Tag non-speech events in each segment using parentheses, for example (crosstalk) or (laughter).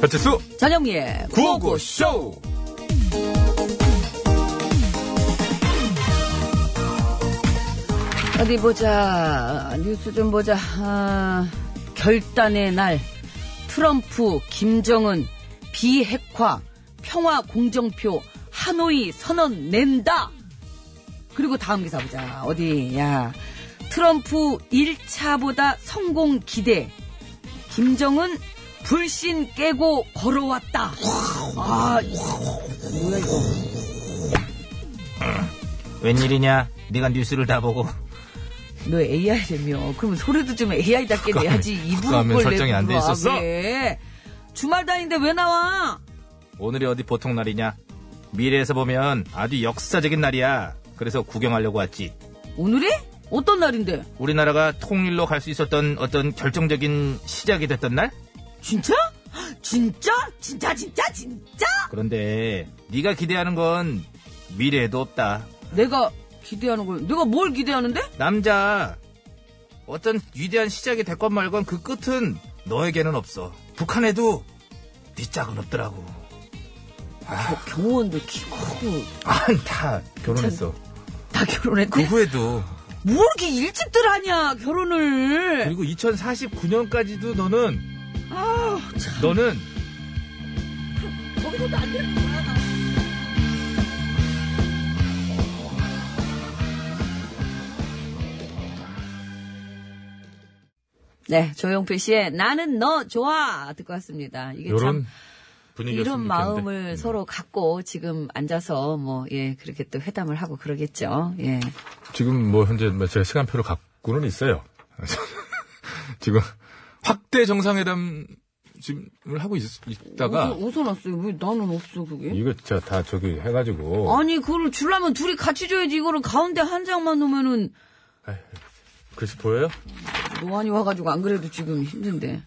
배치수 전영미의 구호구쇼 어디 보자 뉴스 좀 보자 아, 결단의 날 트럼프 김정은 비핵화 평화 공정표 하노이 선언 낸다 그리고 다음 기사 보자 어디 야 트럼프 1차보다 성공 기대 김정은 불신 깨고 걸어왔다 아 뭐야 이거 웬일이냐? 네가 뉴스를 다 보고 너 AI라며. 그럼 소리도 좀 AI답게 국감에- 내야지. 이분 국감에 꼴 설정이 안돼 내고 있었어? 와, 왜? 주말 다닌데 왜 나와? 오늘이 어디 보통 날이냐? 미래에서 보면 아주 역사적인 날이야. 그래서 구경하려고 왔지. 오늘이? 어떤 날인데? 우리나라가 통일로 갈 수 있었던 어떤 결정적인 시작이 됐던 날? 진짜? 진짜? 진짜 진짜 진짜? 그런데 네가 기대하는 건 미래에도 없다. 내가 기대하는 걸 내가 뭘 기대하는데? 남자 어떤 위대한 시작이 됐건 말건 그 끝은 너에게는 없어. 북한에도 네 짝은 없더라고. 아. 뭐 경호원도 키고 아다 결혼했어. 다 그 결혼했고 후에도 뭐 이렇게 일찍들 하냐 결혼을? 그리고 2049년까지도 너는 아 너는 거기서도 안 되는 거야. 나. 네, 조용필 씨의 나는 너 좋아 듣고 왔습니다. 이게 참 요런 분위기였으면 이런 좋겠는데. 마음을 서로 갖고 지금 앉아서 뭐 예 그렇게 또 회담을 하고 그러겠죠. 예. 지금 뭐 현재 뭐 제가 시간표를 갖고는 있어요. (laughs) 지금 확대 정상회담 지금을 하고 있, 있다가 어디서 났어요? 왜 나는 없어 그게? 이거 진짜 다 저기 해가지고 아니 그걸 주려면 둘이 같이 줘야지 이거를 가운데 한 장만 놓으면은 글씨 보여요? 노안이 와가지고 안 그래도 지금 힘든데.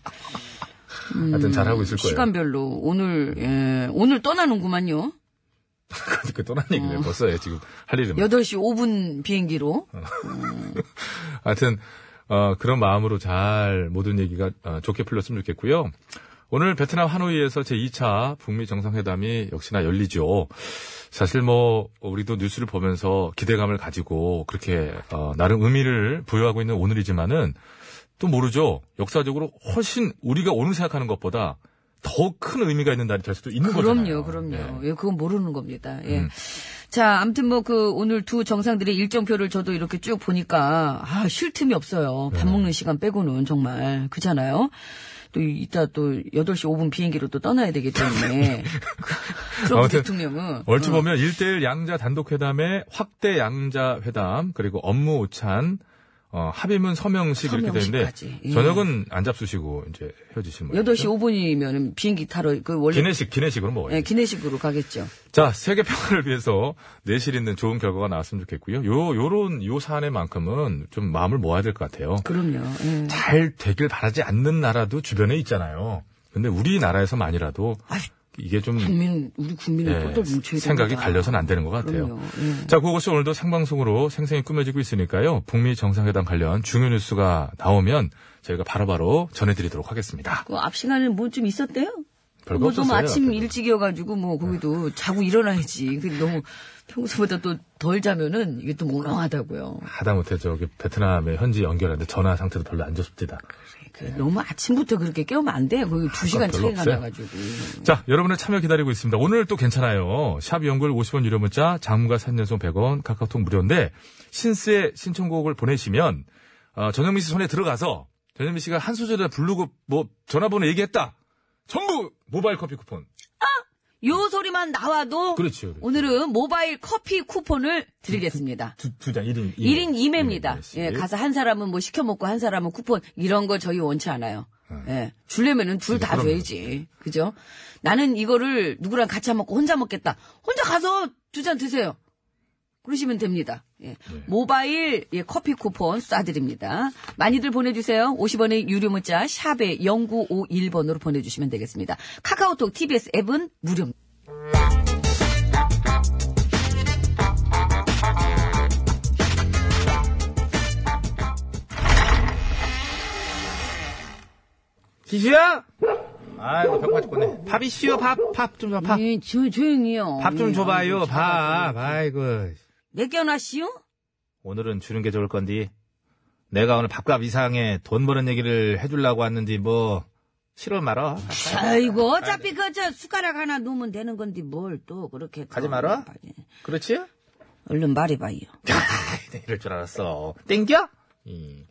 하여튼 음, 잘하고 있을 거예요. 음, 시간별로 오늘 예, 오늘 떠나는구만요. 그또난 어. 얘기를 벌써 예, 지금 할 일은 8시 5분 비행기로. 어, 하여튼 어, 그런 마음으로 잘 모든 얘기가 어, 좋게 풀렸으면 좋겠고요. 오늘 베트남 하노이에서 제2차 북미 정상회담이 역시나 열리죠. 사실 뭐 우리도 뉴스를 보면서 기대감을 가지고 그렇게 어, 나름 의미를 부여하고 있는 오늘이지만은 또 모르죠. 역사적으로 훨씬 우리가 오늘 생각하는 것보다 더 큰 의미가 있는 날이 될 수도 있는 거잖아요. 그럼요, 그럼요. 예, 네. 그건 모르는 겁니다. 예. 음. 자, 아무튼 뭐 그 오늘 두 정상들의 일정표를 저도 이렇게 쭉 보니까 아, 쉴 틈이 없어요. 네. 밥 먹는 시간 빼고는 정말 그잖아요. 또 이따 또 8시 5분 비행기로 또 떠나야 되기 (laughs) 때문에 그 트럼프 네. 아무튼 대통령은 얼추 어. 보면 1대1 양자 단독회담에 확대 양자 회담, 그리고 업무 오찬, 어, 합의문 서명식 이렇게 되는데, 서명식까지. 예. 저녁은 안 잡수시고 이제 헤어지신 모양이죠. 8시 5분이면 비행기 타러 그 원래 기내식, 기내식으로 먹어요. 예, 기내식으로 가겠죠. 자, 세계 평화를 위해서 내실 있는 좋은 결과가 나왔으면 좋겠고요. 요, 요런, 요 사안에만큼은 좀 마음을 모아야 될 것 같아요. 그럼요. 예. 잘 되길 바라지 않는 나라도 주변에 있잖아요. 근데 우리나라에서만이라도 아휴, 이게 좀 국민 우리 국민을 예, 똘똘 뭉쳐야 생각이 됩니다. 갈려서는 안 되는 것 같아요. 그럼요. 예. 자, 그것이 오늘도 생방송으로 생생히 꾸며지고 있으니까요. 북미 정상회담 관련 중요 뉴스가 나오면 저희가 바로바로 전해드리도록 하겠습니다. 그 앞 시간에 뭐 좀 있었대요? 별거 뭐 없었어요. 너무 네. 아침 앞에도. 일찍이어가지고 뭐 거기도 자고 일어나야지. 그 너무 평소보다 또 덜 자면은 이게 또 몽롱하다고요. 하다못해 저기 베트남에 현지 연결하는데 전화 상태도 별로 안 좋습니다. 그 너무 아침부터 그렇게 깨우면 안 돼. 거기 두 시간 네. 아, 별로 차이가 없어요. 나가지고. 자, 여러분의 참여 기다리고 있습니다. 오늘 또 괜찮아요. 샵 연글 50원 유료 문자, 장문가 3년송 100원, 카카오톡 무료인데 신스의 신청곡을 보내시면 어, 전현미 씨 손에 들어가서 전현미 씨가 한 소절에 부르고 뭐 전화번호 얘기했다. 전부 모바일 커피 쿠폰. 요 소리만 나와도 그렇죠. 그렇죠. 오늘은 모바일 커피 쿠폰을 드리겠습니다. 두, 두 장, 1인, 1인 2매입니다. 예, 가서 한 사람은 뭐 시켜먹고 한 사람은 쿠폰 이런 거 저희 원치 않아요. 예, 줄려면은 둘 다 그럼요. 줘야지. 그죠? 나는 이거를 누구랑 같이 안 먹고 혼자 먹겠다. 혼자 가서 두 잔 드세요. 그러시면 됩니다. 예. 모바일 예, 커피 쿠폰 쏴드립니다. 많이들 보내주세요. 50원의 유료 문자 샵에 0951번으로 보내주시면 되겠습니다. 카카오톡 TBS 앱은 무료입니다. 기수야? 아이고 벽 맞았겠네. 밥이 쉬워 밥밥 좀 줘봐. 예, 조, 조용히요. 밥 좀 예, 줘봐요 아이고, 밥. 아이고 몇 개나 씨요? 오늘은 주는 게 좋을 건디. 내가 오늘 밥값 이상에 돈 버는 얘기를 해주려고 왔는데 뭐 싫어 말어. 아이고 어차피 그 저 숟가락 하나 놓으면 되는 건데 뭘 또 그렇게 가지 또 마라. 말해. 그렇지? (laughs) 얼른 말해봐요. 이럴 줄 알았어. 땡겨? 이,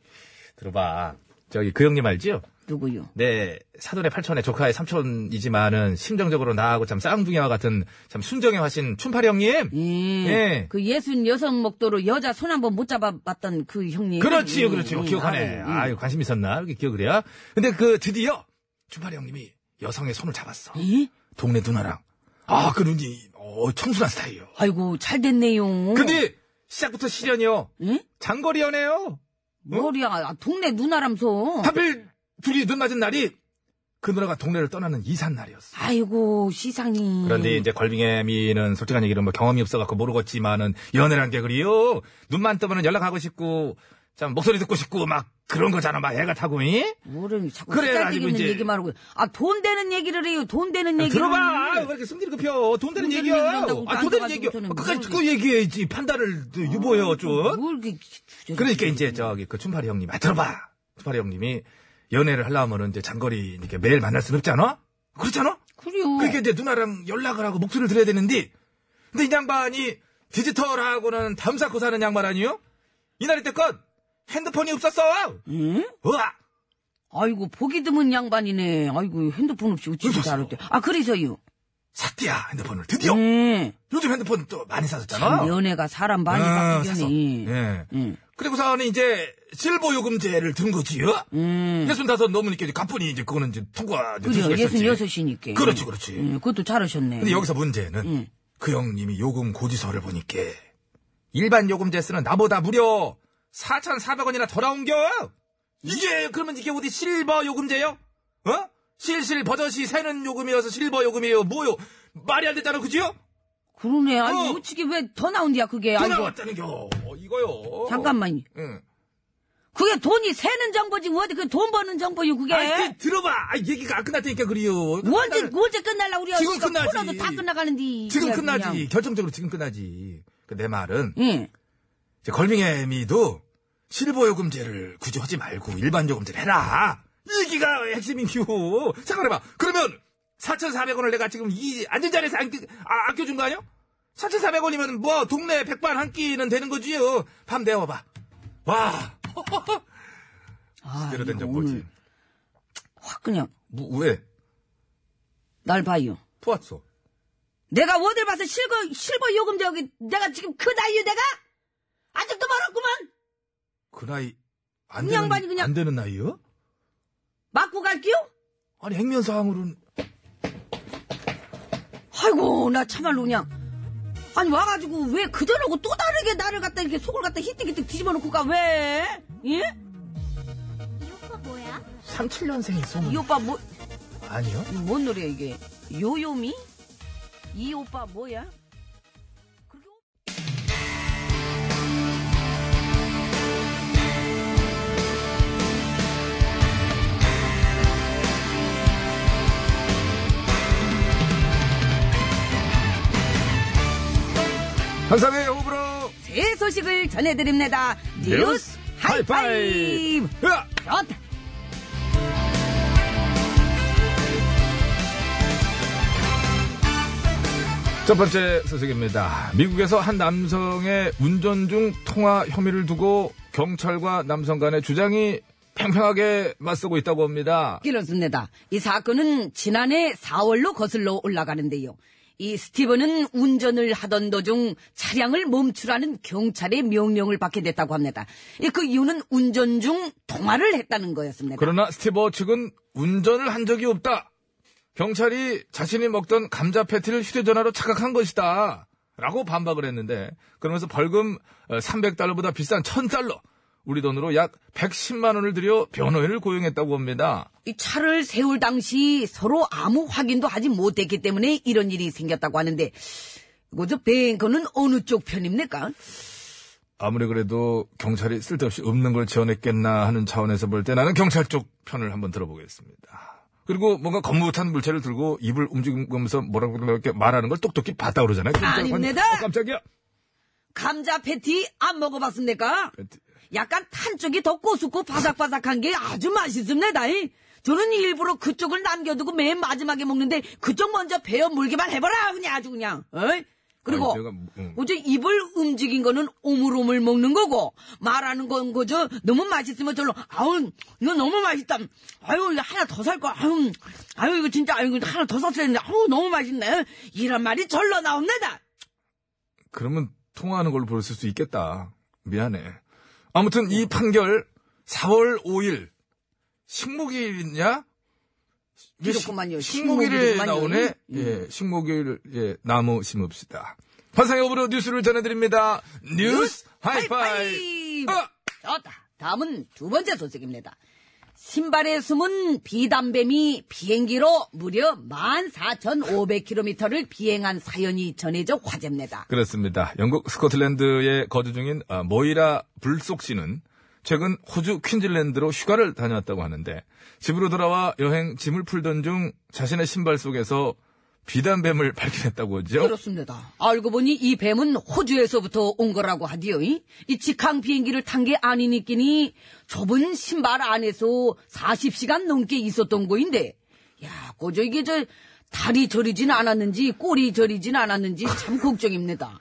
들어봐. 저기 그 형님 알지요? 누구요? 내 사돈의 팔촌의 조카의 삼촌이지만은 심정적으로 나하고 참 쌍둥이와 같은 참 순정의 화신 춘팔이 형님. 예. 예. 그 예순 여섯 목도로 여자 손 한 번 못 잡아봤던 그 형님. 그렇지요, 음, 그렇지요. 음, 기억하네. 음. 아유, 관심 있었나? 이렇게 기억을 해야. 근데 그 드디어 춘팔이 형님이 여성의 손을 잡았어. 예? 동네 누나랑. 아, 그 눈이 어, 청순한 스타일이요. 아이고 잘 됐네요. 근데 어? 시작부터 시련이요. 예? 장거리 연애요. 머리야 아, 동네 누나람소. 하필 둘이 눈 맞은 날이 그 누나가 동네를 떠나는 이산 날이었어. 아이고 시상이. 그런데 이제 걸빙애미는 솔직한 얘기로 뭐 경험이 없어갖고 모르겠지만은 연애란 게 그리요. 눈만 뜨면 연락하고 싶고 참 목소리 듣고 싶고 막 그런 거잖아. 막 애가 타고 이. 뭐를 자꾸 그래, 그래, 아니면 되는 이제- 얘기 말고 아 돈 되는 얘기를 해요. 돈 되는 야, 얘기. 들어봐. 아유, 왜 이렇게 숨기는 거 펴. 돈 되는 돈 되는 얘기야. 얘기를 한다고 아, 돈또안 되는 가지고 아, 얘기야. 저는 그까 모르겠- 듣고 얘기해야지. 판단을 또 유보해요, 좀. 뭘 이렇게 주저리- 그러니까 이제 저기 그 춘파리 형님, 아 들어봐. 춘파리 형님이 연애를 하려면은 이제 장거리 이렇게 매일 만날 수는 없잖아. 그렇잖아. 그래요. 그러니까 이제 누나랑 연락을 하고 목소리를 들어야 되는데, 근데 이 양반이 디지털하고는 담쌓고 사는 양반 아니요? 이날이 때껏 핸드폰이 없었어. 예? 으아. 아이고 보기 드문 양반이네. 아이고 핸드폰 없이 어찌 그래서- 잘했대. 아 그래서요. 어? 샀디야 핸드폰을 드디어. 예. 요즘 핸드폰 또 많이 사줬잖아. 참 연애가 사람 많이 아, 샀어. 바꾸더니. 네. 예. 응. 그리고서는 이제 실버 요금제를 든 거지요. 음. 예순 다섯 넘으니까 이제 가뿐히 이제 그거는 이제 통과 이제 될 그죠. 수가 있었지. 예순 여섯이니까. 그렇지, 그렇지. 음, 그것도 잘하셨네. 근데 여기서 문제는 음. 그 형님이 요금 고지서를 보니까 일반 요금제 쓰는 나보다 무려 4,400원이나 더 나온겨! 이게, 그러면 이게 어디 실버 요금제요? 어? 실실 버젓이 새는 요금이어서 실버 요금이에요. 뭐요? 말이 안 되잖아, 그지요? 그러네. 아니 어. 어떻게 왜 더 나온디야 그게. 더 어. 아이고, 나왔다는 겨. 이거요. 잠깐만. 응. 그게 돈이 새는 정보지 어디 그 돈 버는 정보요 그게. 아이, 그, 들어봐. 아, 얘기가 안 끝났다니까, 그래요. 언제 언제 끝날라 우리 지금 아저씨가 끝나지. 코너도 다 끝나가는데. 지금 그냥 끝나지. 그냥. 결정적으로 지금 끝나지. 그 내 말은 예. 이제 걸빙애미도 실버 요금제를 굳이 하지 말고 일반 요금제를 해라. 이기가 핵심이요. 생각해봐. 그러면 4,400원을 내가 지금 이 앉은 자리에서 안, 아, 아껴준 거 아니야? 4,400원이면 뭐 동네 백반 한 끼는 되는 거지요. 어. 밤 내워봐. 와. 아, 제대로 된 이 정 거 보지 오늘 확 그냥 뭐, 왜? 날 봐요. 포았어. 내가 어딜 봐서 실버, 실버 요금 저기, 내가 지금 그 나이에 내가? 아직도 멀었구만! 그 나이 안 이 되는, 양반이 그냥- 안 되는 나이요? 맞고 갈게요? 아니 액면사항으로는 아이고, 나 참말로 그냥. 아니, 와가지고, 왜 그전하고 또 다르게 나를 갖다 이렇게 속을 갖다 히뜩히뜩 뒤집어 놓고 가, 왜? 예? 이 오빠 뭐야? 37년생이 이 소문 오빠 뭐, 아니요? 뭔 노래야, 이게? 요요미? 이 오빠 뭐야? 그렇게 감사합니다 호불호 새 소식을 전해드립니다. 뉴스 하이파이브! 으아! 좋다! 첫 번째 소식입니다. 미국에서 한 남성의 운전 중 통화 혐의를 두고 경찰과 남성 간의 주장이 팽팽하게 맞서고 있다고 합니다. 그렇습니다. 이 사건은 지난해 4월로 거슬러 올라가는데요. 이 스티븐은 운전을 하던 도중 차량을 멈추라는 경찰의 명령을 받게 됐다고 합니다. 이그 이유는 운전 중 통화를 했다는 거였습니다. 그러나 스티버 측은 운전을 한 적이 없다. 경찰이 자신이 먹던 감자 패티를 휴대전화로 착각한 것이다. 라고 반박을 했는데, 그러면서 벌금 300달러보다 비싼 1000달러, 우리 돈으로 약 110만원을 들여 변호인을 고용했다고 합니다. 이 차를 세울 당시 서로 아무 확인도 하지 못했기 때문에 이런 일이 생겼다고 하는데, 이거 저 뱅커는 어느 쪽 편입니까? 아무리 그래도 경찰이 쓸데없이 없는 걸 지원했겠나 하는 차원에서 볼 때 나는 경찰 쪽 편을 한번 들어보겠습니다. 그리고 뭔가 검무탄 물체를 들고 입을 움직이면서 뭐라고 이렇게 말하는 걸 똑똑히 봤다 그러잖아요. 그러니까 아닙니다. 완전- 어, 깜짝이야. 감자 패티 안 먹어봤습니까? 약간 탄 쪽이 더 고수고 바삭바삭한 게 아주 맛있습니다. 이. 저는 일부러 그쪽을 남겨두고 맨 마지막에 먹는데 그쪽 먼저 베어 물기만 해봐라 그냥 아주 그냥. 어이? 그리고 아니, 내가, 음. 어제 입을 움직인 거는 오물오물 먹는 거고 말하는 건 거죠. 너무 맛있으면 절로 아우 이거 너무 맛있다. 아유 이거 하나 더 살 거. 아유 아유 이거 진짜 아유 이거 하나 더 샀어야 했는데 아우 너무 맛있네. 이런 말이 절로 나옵니다. 그러면 통화하는 걸로 보일 수 있겠다. 미안해. 아무튼 이 판결 4월 5일 식목일이냐? 왜 식- 이렇구만요. 식목일에 식목일이구만요. 음. 나오네. 예, 식목일 예, 나무 심읍시다. 환상의 오브로 뉴스를 전해드립니다. 뉴스 하이파이. 아! 하이파이브. 어! 좋다. 다음은 두 번째 소식입니다. 신발에 숨은 비담뱀이 비행기로 무려 14,500km를 비행한 사연이 전해져 화제입니다. 그렇습니다. 영국 스코틀랜드에 거주 중인 아, 모이라 불속 씨는 최근 호주 퀸즐랜드로 휴가를 다녀왔다고 하는데 집으로 돌아와 여행 짐을 풀던 중 자신의 신발 속에서 비단뱀을 발견했다고 하죠. 그렇습니다. 알고 보니 이 뱀은 호주에서부터 온 거라고 하디요. 이 직항 비행기를 탄 게 아니니끼니 좁은 신발 안에서 40시간 넘게 있었던 거인데, 야, 고저 이게 저 다리 저리진 않았는지 꼬리 저리진 않았는지 참 걱정입니다.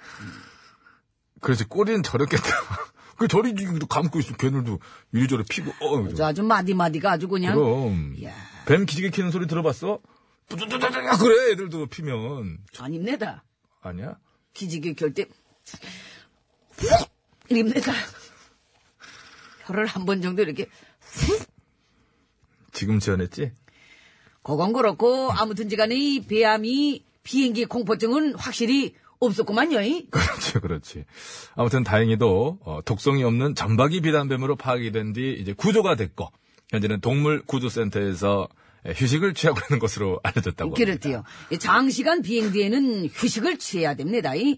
그렇지 꼬리는 저렸겠다. (laughs) 그 저리 감고 있으면 걔들도 이리저리 피고. 어, 저 아주 마디마디가 아주 그냥 그럼 이야. 뱀 기지개 키는 소리 들어봤어? 뚜두두두두 그래 애들도 피면 아닙니다. 아니야? 기지개 결대 입니다. 혀를 한 번 정도 이렇게 훅 지금 지어냈지? (laughs) 그건 그렇고 아무튼지간에 이 배암이 비행기 공포증은 확실히 없었구만요. 이. 그렇지, 그렇지. 아무튼 다행히도 어, 독성이 없는 점박이 비단뱀으로 파악이 된 뒤 이제 구조가 됐고 현재는 동물 구조센터에서 에, 휴식을 취하고 있는 것으로 알려졌다고. 그렇대요. 이 장시간 비행 뒤에는 휴식을 취해야 됩니다. 이.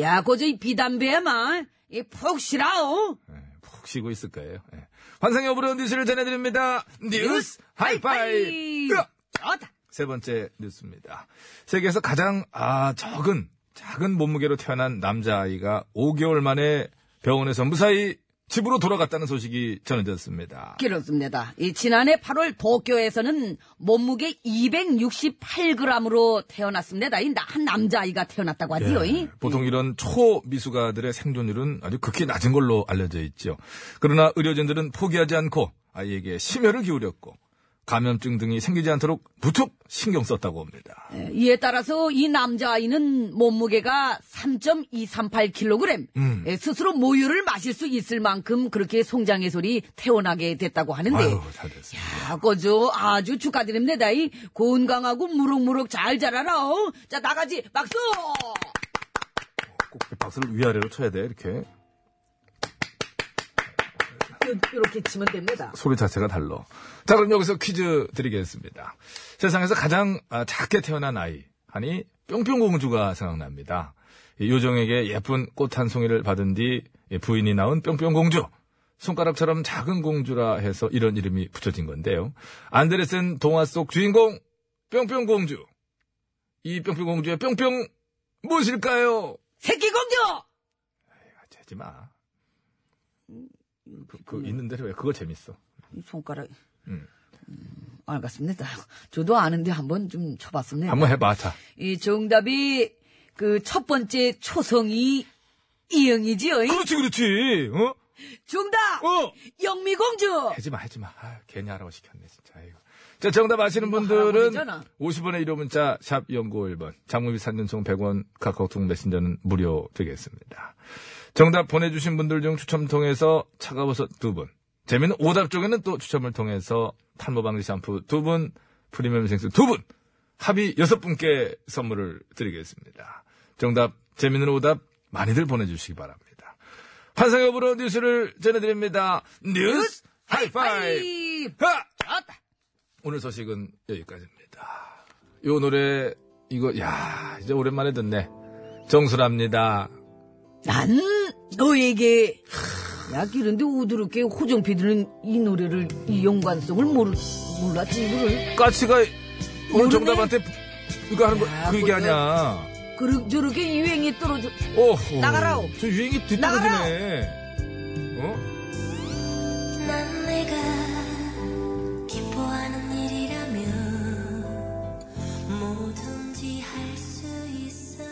야, 고저 이 비담배야마 푹 쉬라오. 합니다. 예, 푹 쉬고 있을 거예요. 예. 환상의 오브로 뉴스를 전해드립니다. 뉴스 하이파이. 하이파이브. 좋다. 세 번째 뉴스입니다. 세계에서 가장 아 적은 작은 몸무게로 태어난 남자아이가 5개월 만에 병원에서 무사히 집으로 돌아갔다는 소식이 전해졌습니다. 그렇습니다. 이 지난해 8월 도쿄에서는 몸무게 268g으로 태어났습니다. 이 나- 한 남자아이가 태어났다고 하지요. 이. 보통 이런 초미수가들의 생존율은 아주 극히 낮은 걸로 알려져 있죠. 그러나 의료진들은 포기하지 않고 아이에게 심혈을 기울였고 감염증 등이 생기지 않도록 무척 신경 썼다고 합니다. 예, 이에 따라서 이 남자아이는 몸무게가 3.238kg, 음. 스스로 모유를 마실 수 있을 만큼 그렇게 송장의 소리 태어나게 됐다고 하는데, 아유, 잘 됐습니다. 야, 거저 아주 축하드립니다. 이 건강하고 무럭무럭 잘 자라라. 어? 자, 나가지 박수! 꼭 이렇게 박수를 위아래로 쳐야 돼, 이렇게. 이렇게 치면 됩니다. 소리 자체가 달라. 자, 그럼 여기서 퀴즈 드리겠습니다. 세상에서 가장 아, 작게 태어난 아이, 아니, 뿅뿅공주가 생각납니다. 이 요정에게 예쁜 꽃 한 송이를 받은 뒤이 부인이 낳은 뿅뿅공주. 손가락처럼 작은 공주라 해서 이런 이름이 붙여진 건데요. 안데르센 동화 속 주인공, 뿅뿅공주. 이 뿅뿅공주의 뿅뿅, 무엇일까요? 새끼 공주! 아, 재지 마. 음, 그, 그 있는 대로 왜 그거 재밌어. 이 손가락. 음. 음, 알겠습니다. (laughs) 저도 아는데 한번 좀 쳐봤습니다. 한번 해봐, 자. 이 정답이 그 첫 번째 초성이 이응이지요. 그렇지, 그렇지. 어? 정답! 어! 영미공주! 하지 마, 하지 마. 아, 괜히 하라고 시켰네, 진짜. 아이고. 자, 정답 아시는 분들은 할아버지잖아. 50원의 1호 문자, 샵 0951번. 장무비 산전송 100원, 카카오톡 메신저는 무료 되겠습니다. 정답 보내주신 분들 중 추첨 통해서 차가워서 두 분. 재미는 오답 쪽에는 또 추첨을 통해서 탈모방지 샴푸 두 분, 프리미엄 생수 두 분, 합의 여섯 분께 선물을 드리겠습니다. 정답, 재미는 오답 많이들 보내주시기 바랍니다. 환상의 오브로 뉴스를 전해드립니다. 뉴스 하이파이! 하이파이브! 하! 좋다. 오늘 소식은 여기까지입니다. 요 노래 이거 야 이제 오랜만에 듣네. 정수랍니다. 난 너에게. 야, 이런데 오드럽게 호정 PD는 이 노래를, 이 연관성을 모르, 몰랐지 이거를. 까치가 오늘 모르네. 정답한테 이거 하는 거, 야, 그 얘기 그거. 아니야. 그르, 저렇게 유행이 떨어져. 어 나가라오. 저 유행이 나가라오. 뒷떨어지네. 어? 난 내가 기뻐하는 일이라면 뭐든지 할 수 있어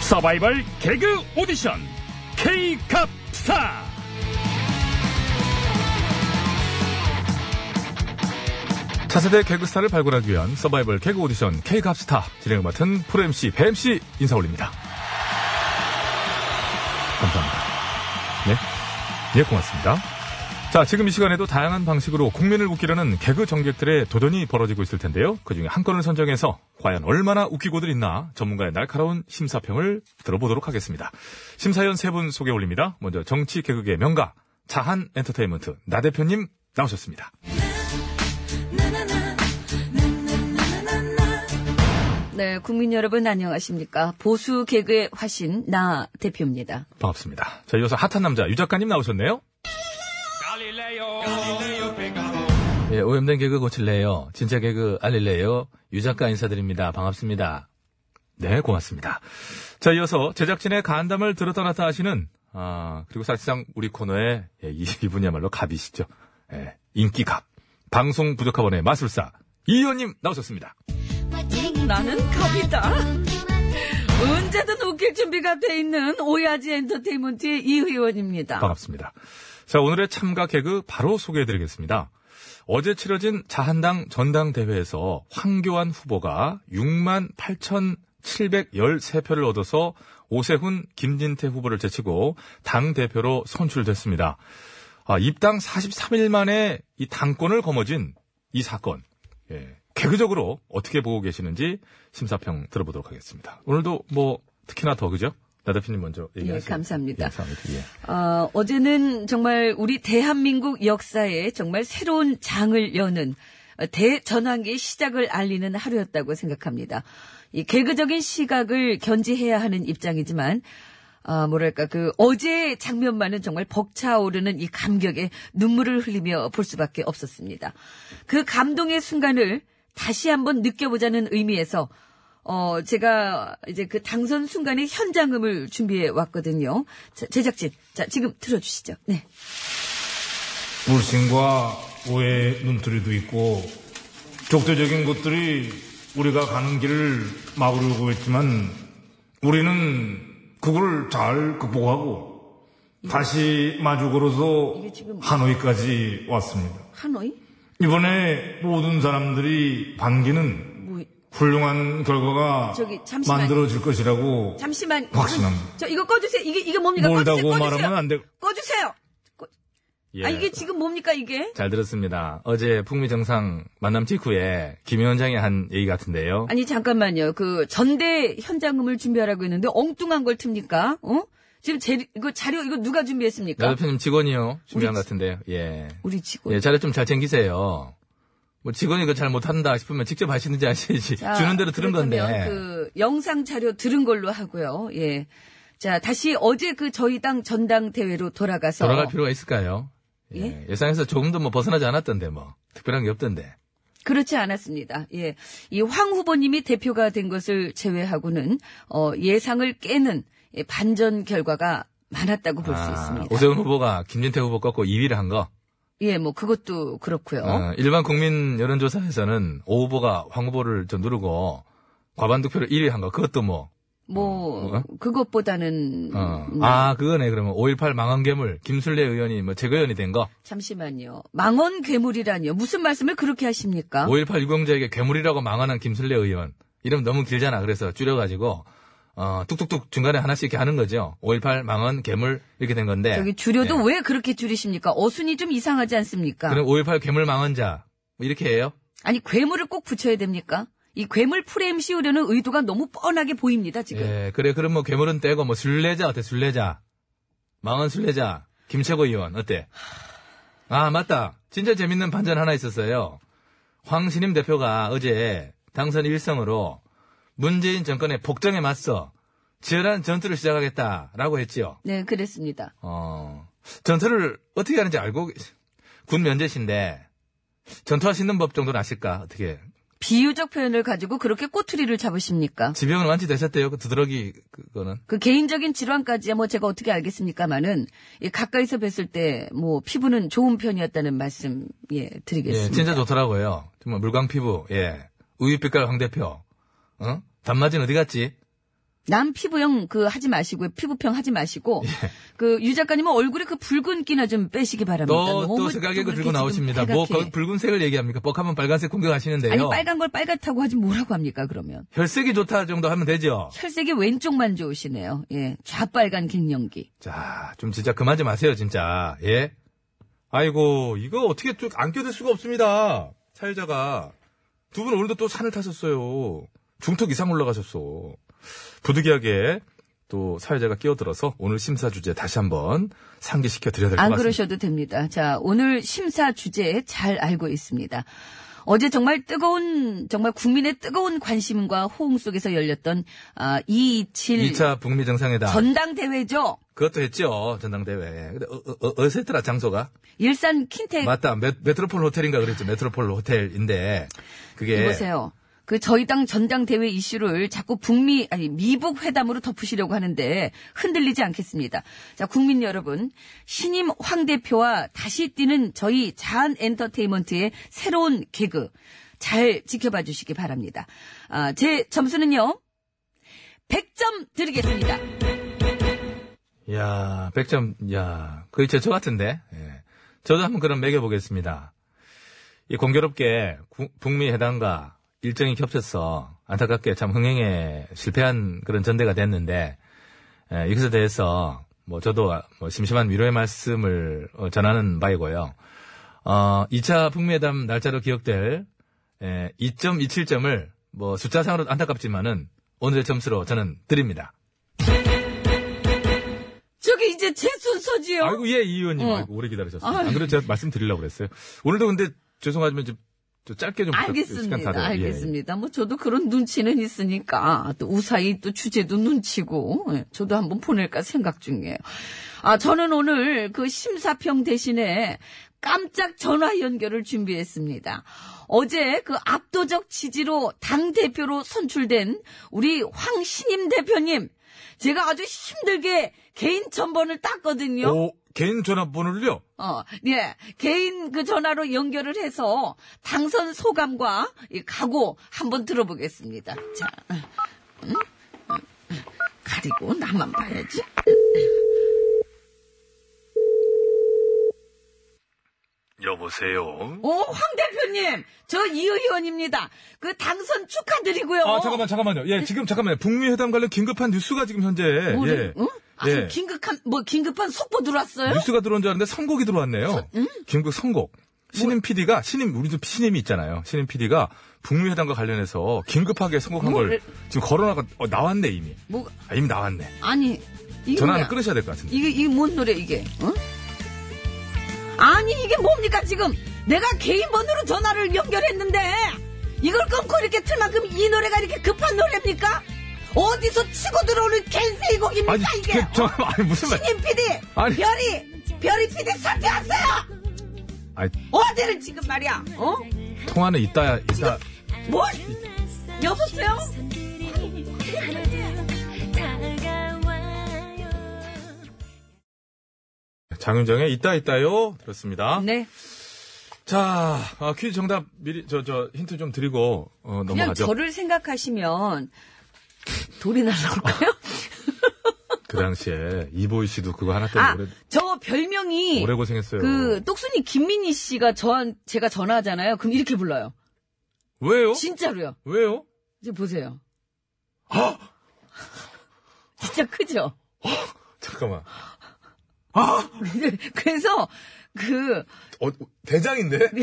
서바이벌 개그 오디션 K캅스타 차세대 개그스타를 발굴하기 위한 서바이벌 개그 오디션 K갑스타 진행을 맡은 프로 MC 배 MC 인사 올립니다. 감사합니다. 네, 예 고맙습니다. 자, 지금 이 시간에도 다양한 방식으로 국민을 웃기려는 개그 정객들의 도전이 벌어지고 있을 텐데요. 그 중에 한 건을 선정해서 과연 얼마나 웃기고들 있나 전문가의 날카로운 심사평을 들어보도록 하겠습니다. 심사위원 세 분 소개 올립니다. 먼저 정치 개그계 명가 자한 엔터테인먼트 나 대표님 나오셨습니다. 나나나 나나나나나 네, 국민 여러분 안녕하십니까. 보수 개그의 화신, 나 대표입니다. 반갑습니다. 자, 이어서 핫한 남자 유 작가님 나오셨네요. 예, 오염된 개그 고칠래요. 진짜 개그 알릴래요. 유 작가 인사드립니다. 반갑습니다. 네, 고맙습니다. 자, 이어서 제작진의 간담을 들었다 놨다 하시는, 아, 그리고 사실상 우리 코너의 예, 이- 이분이야말로 갑이시죠. 예, 인기 갑. 방송 부족합원의 마술사. 이 의원님 나오셨습니다. 나는 그 갑이다. 언제든 웃길 준비가 돼 있는 오야지 엔터테인먼트의 이 의원입니다. 반갑습니다. 자, 오늘의 참가 개그 바로 소개해드리겠습니다. 어제 치러진 자한당 전당대회에서 황교안 후보가 6만 8,713표를 얻어서 오세훈, 김진태 후보를 제치고 당대표로 선출됐습니다. 아, 입당 43일 만에 이 당권을 거머쥔 이 사건. 예. 개그적으로 어떻게 보고 계시는지 심사평 들어보도록 하겠습니다. 오늘도 뭐 특히나 더 그죠? 나 대표님 먼저 얘기하시죠. 감사합니다. 예, 감사합니다. 예. 어, 어제는 정말 우리 대한민국 역사에 정말 새로운 장을 여는 어, 대전환기의 시작을 알리는 하루였다고 생각합니다. 이 개그적인 시각을 견지해야 하는 입장이지만 아, 뭐랄까, 그, 어제의 장면만은 정말 벅차오르는 이 감격에 눈물을 흘리며 볼 수밖에 없었습니다. 그 감동의 순간을 다시 한번 느껴보자는 의미에서 어, 제가 이제 그 당선 순간의 현장음을 준비해 왔거든요. 자, 제작진, 자, 지금 틀어주시죠. 네. 불신과 오해의 눈초리도 있고 적대적인 것들이 우리가 가는 길을 막으려고 했지만 우리는 그걸 잘 극복하고 다시 마주 걸어서 이게 지금- 하노이까지 왔습니다. 하노이? 이번에 모든 사람들이 반기는 뭐, 훌륭한 결과가 저기, 잠시만요. 만들어질 것이라고 잠시만. 아, 확신합니다. 저 이거 꺼주세요. 이게, 이게 뭡니까? 몰다고 꺼주세요. 꺼주세요. 말하면 안 되고 꺼주세요. 꺼- 예. 아, 이게 지금 뭡니까, 이게? 잘 들었습니다. 어제 북미 정상 만남 직후에 김 위원장이 한 얘기 같은데요. 아니, 잠깐만요. 그, 전대 현장음을 준비하라고 했는데 엉뚱한 걸 틉니까? 어? 지금 제, 이거 자료, 이거 누가 준비했습니까? 나 네. 대표님 직원이요. 준비한 우리 것 같은데요. 예. 우리 직원. 예, 자료 좀 잘 챙기세요. 뭐 직원이 그잘 못한다 싶으면 직접 하시는지 아시지. 자, 주는 대로 들은 그렇다면 건데. 그 영상 자료 들은 걸로 하고요. 예. 자, 다시 어제 그 저희 당 전당대회로 돌아가서 돌아갈 필요가 있을까요? 예? 예. 예상에서 조금도 뭐 벗어나지 않았던데 뭐. 특별한 게 없던데. 그렇지 않았습니다. 예. 이 황 후보님이 대표가 된 것을 제외하고는 어, 예상을 깨는 예, 반전 결과가 많았다고 볼 수 아, 있습니다. 오세훈 후보가 김진태 후보 꺾고 2위를 한 거. 예, 뭐 그것도 그렇고요. 어, 일반 국민 여론조사에서는 오 후보가 황 후보를 좀 누르고 과반 득표를 1위 한 거. 그것도 뭐 뭐 뭐가? 그것보다는 어. 음, 아, 그거네. 그러면 5.18 망원괴물 김순례 의원이 뭐 재거연이 된 거. 잠시만요. 망원 괴물이라니요. 무슨 말씀을 그렇게 하십니까? 5.18 유공자에게 괴물이라고 망언한 김순례 의원. 이름 너무 길잖아. 그래서 줄여가지고 어, 뚝뚝뚝 중간에 하나씩 이렇게 하는 거죠. 5.18 망언 괴물 이렇게 된 건데. 저기 줄여도 예. 왜 그렇게 줄이십니까? 어순이 좀 이상하지 않습니까? 그럼 5.18 괴물 망언자 뭐 이렇게 해요? 아니 괴물을 꼭 붙여야 됩니까? 이 괴물 프레임 씌우려는 의도가 너무 뻔하게 보입니다 지금. 예, 그래. 그럼 뭐 괴물은 떼고 뭐 순례자 어때? 순례자 망언 순례자 김채고 의원 어때? 아 맞다. 진짜 재밌는 반전 하나 있었어요. 황신임 대표가 어제 당선 일성으로 문재인 정권의 폭정에 맞서 치열한 전투를 시작하겠다라고 했지요. 네, 그랬습니다. 어, 전투를 어떻게 하는지 알고, 계시- 군 면제신데, 전투할 수 있는 법 정도는 아실까? 어떻게. 비유적 표현을 가지고 그렇게 꼬투리를 잡으십니까? 지병은 완치되셨대요. 그 두드러기, 그거는. 그 개인적인 질환까지야 뭐 제가 어떻게 알겠습니까만은 가까이서 뵀을 때 뭐 피부는 좋은 편이었다는 말씀 예 드리겠습니다. 예, 진짜 좋더라고요. 정말 물광 피부, 예. 우유빛깔 황 대표. 어? 단마진 어디 갔지? 남 피부형 그 하지 마시고요. 피부평 하지 마시고 예. 그 유 작가님은 얼굴에 그 붉은기나 좀 빼시기 바랍니다. 또, 또 너무 색깔 개그 동그랗게 들고 지금 나오십니다. 빨갛게. 뭐, 거기 붉은색을 얘기합니까? 뻑하면 빨간색 공격하시는데요. 아니 빨간 걸 빨갛다고 하지 뭐라고 합니까 그러면 혈색이 좋다 정도 하면 되죠? 혈색이 왼쪽만 좋으시네요. 예 좌빨간 갱년기. 네, 자, 좀 진짜 그만 좀 하세요, 진짜. 예? 아이고, 이거 어떻게 또 안 껴들 수가 없습니다. 사회자가. 두 분 오늘도 또 산을 타셨어요. 중턱 이상 올라가셨어. 부득이하게 또 사회자가 끼어들어서 오늘 심사 주제 다시 한번 상기시켜 드려야 될 것 안 같습니다. 그러셔도 됩니다. 자, 오늘 심사 주제 잘 알고 있습니다. 어제 정말 뜨거운, 정말 국민의 뜨거운 관심과 호응 속에서 열렸던, 아, 227 2차 북미 정상회담. 전당대회죠? 그것도 했죠. 전당대회. 근데 어, 어, 어, 디서했더라 장소가. 일산 킨텍. 맞다. 메, 메트로폴 호텔인가 그랬죠. 메트로폴 호텔인데 그게 이보세요. 그 저희 당 전당대회 이슈를 자꾸 북미 아니 미북 회담으로 덮으시려고 하는데 흔들리지 않겠습니다. 자 국민 여러분 신임 황 대표와 다시 뛰는 저희 자한 엔터테인먼트의 새로운 개그 잘 지켜봐 주시기 바랍니다. 아, 제 점수는요 100점 드리겠습니다. 야, 100점, 야, 거의 제초 같은데. 예. 저도 한번 그럼 매겨보겠습니다. 이 공교롭게 구- 북미 회담과 일정이 겹쳐서 안타깝게 참 흥행에 실패한 그런 전대가 됐는데, 예, 이것에 대해서 뭐 저도 아, 뭐 심심한 위로의 말씀을 어, 전하는 바이고요. 어, 2차 북미 회담 날짜로 기억될 예, 2.27점을 뭐 숫자상으로 안타깝지만은 오늘의 점수로 저는 드립니다. 저기 이제 제 순서지요. 아이고, 예, 이 의원님. 어. 아이고, 오래 기다리셨어요. 아유. 안 그래도 제가 말씀드리려고 그랬어요. 오늘도 근데 죄송하지만 이제 좀 짧게 좀 부탁- 시간 다 알겠습니다. 돼요. 예, 예. 알겠습니다. 뭐 저도 그런 눈치는 있으니까 또 우사히 또 주제도 눈치고 예, 저도 한번 보낼까 생각 중이에요. 아 저는 오늘 그 심사평 대신에 깜짝 전화 연결을 준비했습니다. 어제 그 압도적 지지로 당 대표로 선출된 우리 황신임 대표님 제가 아주 힘들게 개인 전번을 땄거든요. 오, 개인 전화번호를요? 어, 예. 개인 그 전화로 연결을 해서 당선 소감과 이 각오 한번 들어보겠습니다. 자, 음? 가리고 나만 봐야지. 여보세요? 오, 황 대표님! 저 이 의원입니다. 그 당선 축하드리고요. 아, 잠깐만, 잠깐만요. 예, 지금 잠깐만요. 북미 회담 관련 긴급한 뉴스가 지금 현재. 뭐를, 예. 응? 아, 예. 긴급한, 뭐, 긴급한 속보 들어왔어요? 뉴스가 들어온 줄 알았는데 선곡이 들어왔네요. 긴급 선곡. 신임 PD가, 신임, 우리 도 신임이 있잖아요. 신임 PD가 북미 회담과 관련해서 긴급하게 선곡한 뭐를- 걸 지금 걸어나가, 어, 나왔네, 이미. 뭐, 아, 이미 나왔네. 아니. 이게 전화는 뭐야? 끊으셔야 될 것 같은데. 이게 이게 뭔 노래 이게? 어? 아니 이게 뭡니까 지금? 내가 개인 번호로 전화를 연결했는데 이걸 끊고 이렇게 틀 만큼 이 노래가 이렇게 급한 노래입니까? 어디서 치고 들어오는 겐세이 곡입니까 아니, 이게? (laughs) 어? 그, 저, 아니, 무슨 말. 신임 PD, 아니. 별이, 별이 PD 사퇴하세요. 아니, 어디를 지금 말이야? 어? 통화는 이따, 이따. 뭘? 여보세요? 장윤정의 이따, 이따요. 들었습니다. 네, 자, 아, 퀴즈 정답 미리, 저, 저, 힌트 좀 드리고, 어, 그냥 넘어가죠. 저를 생각하시면 돌이 날라올까요? 그 당시에 이보희 씨도 그거 하나 때문에 아, 오래, 저 별명이 오래 고생했어요. 그 똑순이 김민희 씨가 저한 제가 전화하잖아요. 그럼 이렇게 불러요. 왜요? 진짜로요. 왜요? 이제 보세요. (laughs) 진짜 크죠? (laughs) 잠깐만. 그래서 그 (laughs) 어, 대장인데? 네.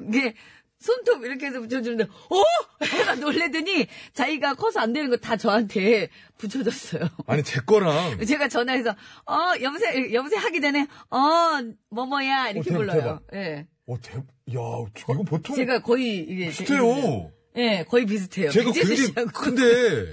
이게 손톱 이렇게 해서 붙여주는데 어? 해가 놀래더니 자기가 커서 안 되는 거 다 저한테 붙여줬어요. (laughs) 아니, 제 거랑. 제가 전화해서 어 여보세요 여보세요 하기 전에 어 뭐뭐야 이렇게 어, 대박, 불러요. 예. 어, 대, 야, 저 이거 보통. 제가 거의 이게 비슷해요. 예, 거의 (laughs) 비슷해요. 제가 그 백지수 굉장히 씨하고. 큰데.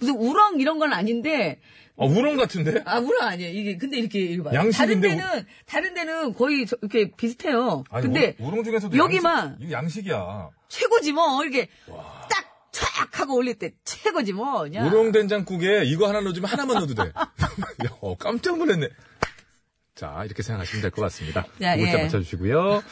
무슨 우렁 이런 건 아닌데 아, 우렁 같은데? 아 우렁 아니에요. 이게 근데 이렇게 일반. 다른 양식인데 뭐. 데는 다른 데는 거의 저- 이렇게 비슷해요. 아니, 근데 우- 우렁 중에서도 여기만. 양식, 이거 양식이야. 최고지 뭐 이렇게 딱 촥 하고 올릴 때 최고지 뭐 그냥. 우렁 된장국에 이거 하나 넣어주면 하나만 넣어도 돼. (laughs) 야, 어, 깜짝 놀랐네. 자, 이렇게 생각하시면 될 것 같습니다. 자, 두 글자 예. 맞춰주시고요.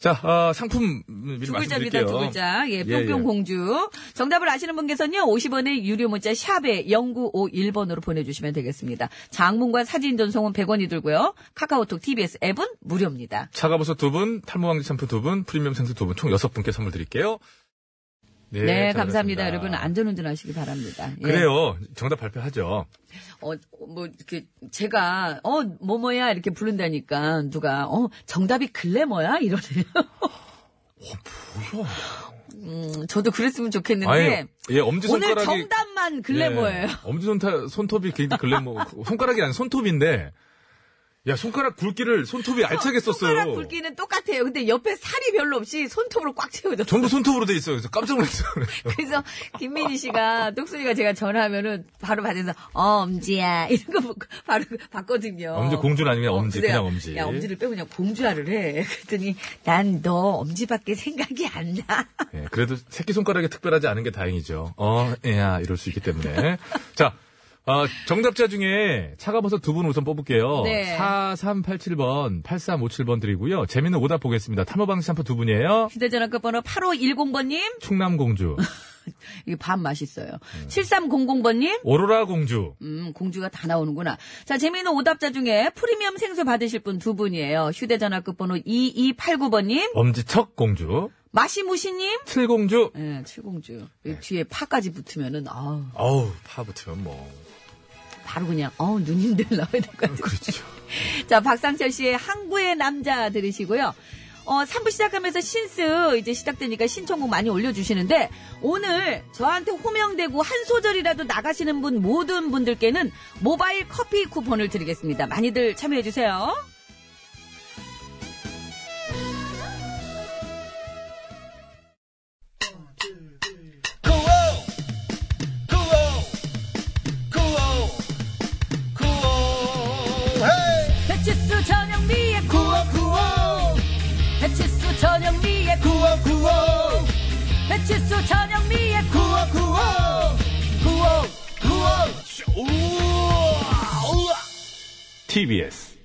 자, 아, 상품 미리 두 말씀드릴게요. 글자입니다, 두 글자. 예, 예, 예. 뿅뿅공주. 정답을 아시는 분께서는요, 50원의 유료 문자 샵에 0951번으로 보내주시면 되겠습니다. 장문과 사진 전송은 100원이 들고요. 카카오톡, TBS 앱은 무료입니다. 차가버섯 두 분, 탈모왕지 샴푸 두 분, 프리미엄 생수 두 분, 총 여섯 분께 선물 드릴게요. 네, 예, 잘 감사합니다. 들었습니다. 여러분, 안전운전 하시기 바랍니다. 예. 그래요. 정답 발표하죠. 어, 뭐, 이렇게, 제가, 어, 뭐뭐야, 이렇게 부른다니까, 누가, 어, 정답이 글래머야? 이러네요. 어, 뭐야? 음, 저도 그랬으면 좋겠는데, 아니, 예, 네. 오늘 엄지손가락이. 정답만 글래머예요. 예, 엄지손톱, 손톱이 굉장히 글래머, (laughs) 손가락이 아닌 손톱인데, 야, 손가락 굵기를 손톱이 알차게 썼어요. 손가락 굵기는 똑같아요. 근데 옆에 살이 별로 없이 손톱으로 꽉 채워졌어요. 전부 손톱으로 돼 있어요. 그래서 깜짝 놀랐어요. (laughs) (laughs) 그래서 김민희 씨가 똑순이가 제가 전화하면은 바로 받아서 어, 엄지야 이런 거 보고 바로 받거든요. 엄지 공주는 아니고 그냥 어, 엄지, 그래요. 그냥 엄지. 야 엄지를 빼고 그냥 공주화를 해. 그랬더니 난 너 엄지밖에 생각이 안 나. 예, 그래도 새끼손가락이 특별하지 않은 게 다행이죠. 어, 야, 이럴 수 있기 때문에. 자, 어, 정답자 중에 차가버섯 두 분 우선 뽑을게요. 네. 4387번, 8357번 드리고요. 재밌는 오답 보겠습니다. 탐호방지 샴푸 두 분이에요. 휴대전화 끝번호 8510번님 충남공주, 이게 밥 맛있어요. 음. 7300번님 오로라공주. 음, 공주가 다 나오는구나. 자, 재미있는 오답자 중에 프리미엄 생수 받으실 분 두 분이에요. 휴대전화 끝번호 2289번님, 엄지척공주, 마시무시님, 칠공주. 예, 칠공주. 네. 이 뒤에 파까지 붙으면은, 아우, 어우, 파 붙으면 뭐. 바로 그냥, 어우, 누님들 나와야 될 것 같아요. 그렇죠. 자, 박상철 씨의 항구의 남자 들으시고요. 어, 3부 시작하면서 신스 이제 시작되니까 신청곡 많이 올려주시는데 오늘 저한테 호명되고 한 소절이라도 나가시는 분 모든 분들께는 모바일 커피 쿠폰을 드리겠습니다. 많이들 참여해주세요. 배치수 전영미의 구호구호 배치수 전영미의 구호구호 배치수 전영미의 구호구호 TBS.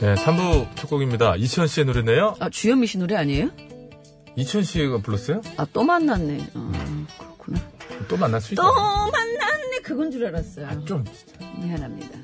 네, 3부 첫 곡입니다. 이천 씨의 노래네요. 아 주현미 씨 노래 아니에요? 이천 씨가 불렀어요? 아 또 만났네 아, 그렇구나 또 만날 수 있죠. 또 만났네 그건 줄 알았어요 좀 진짜. 미안합니다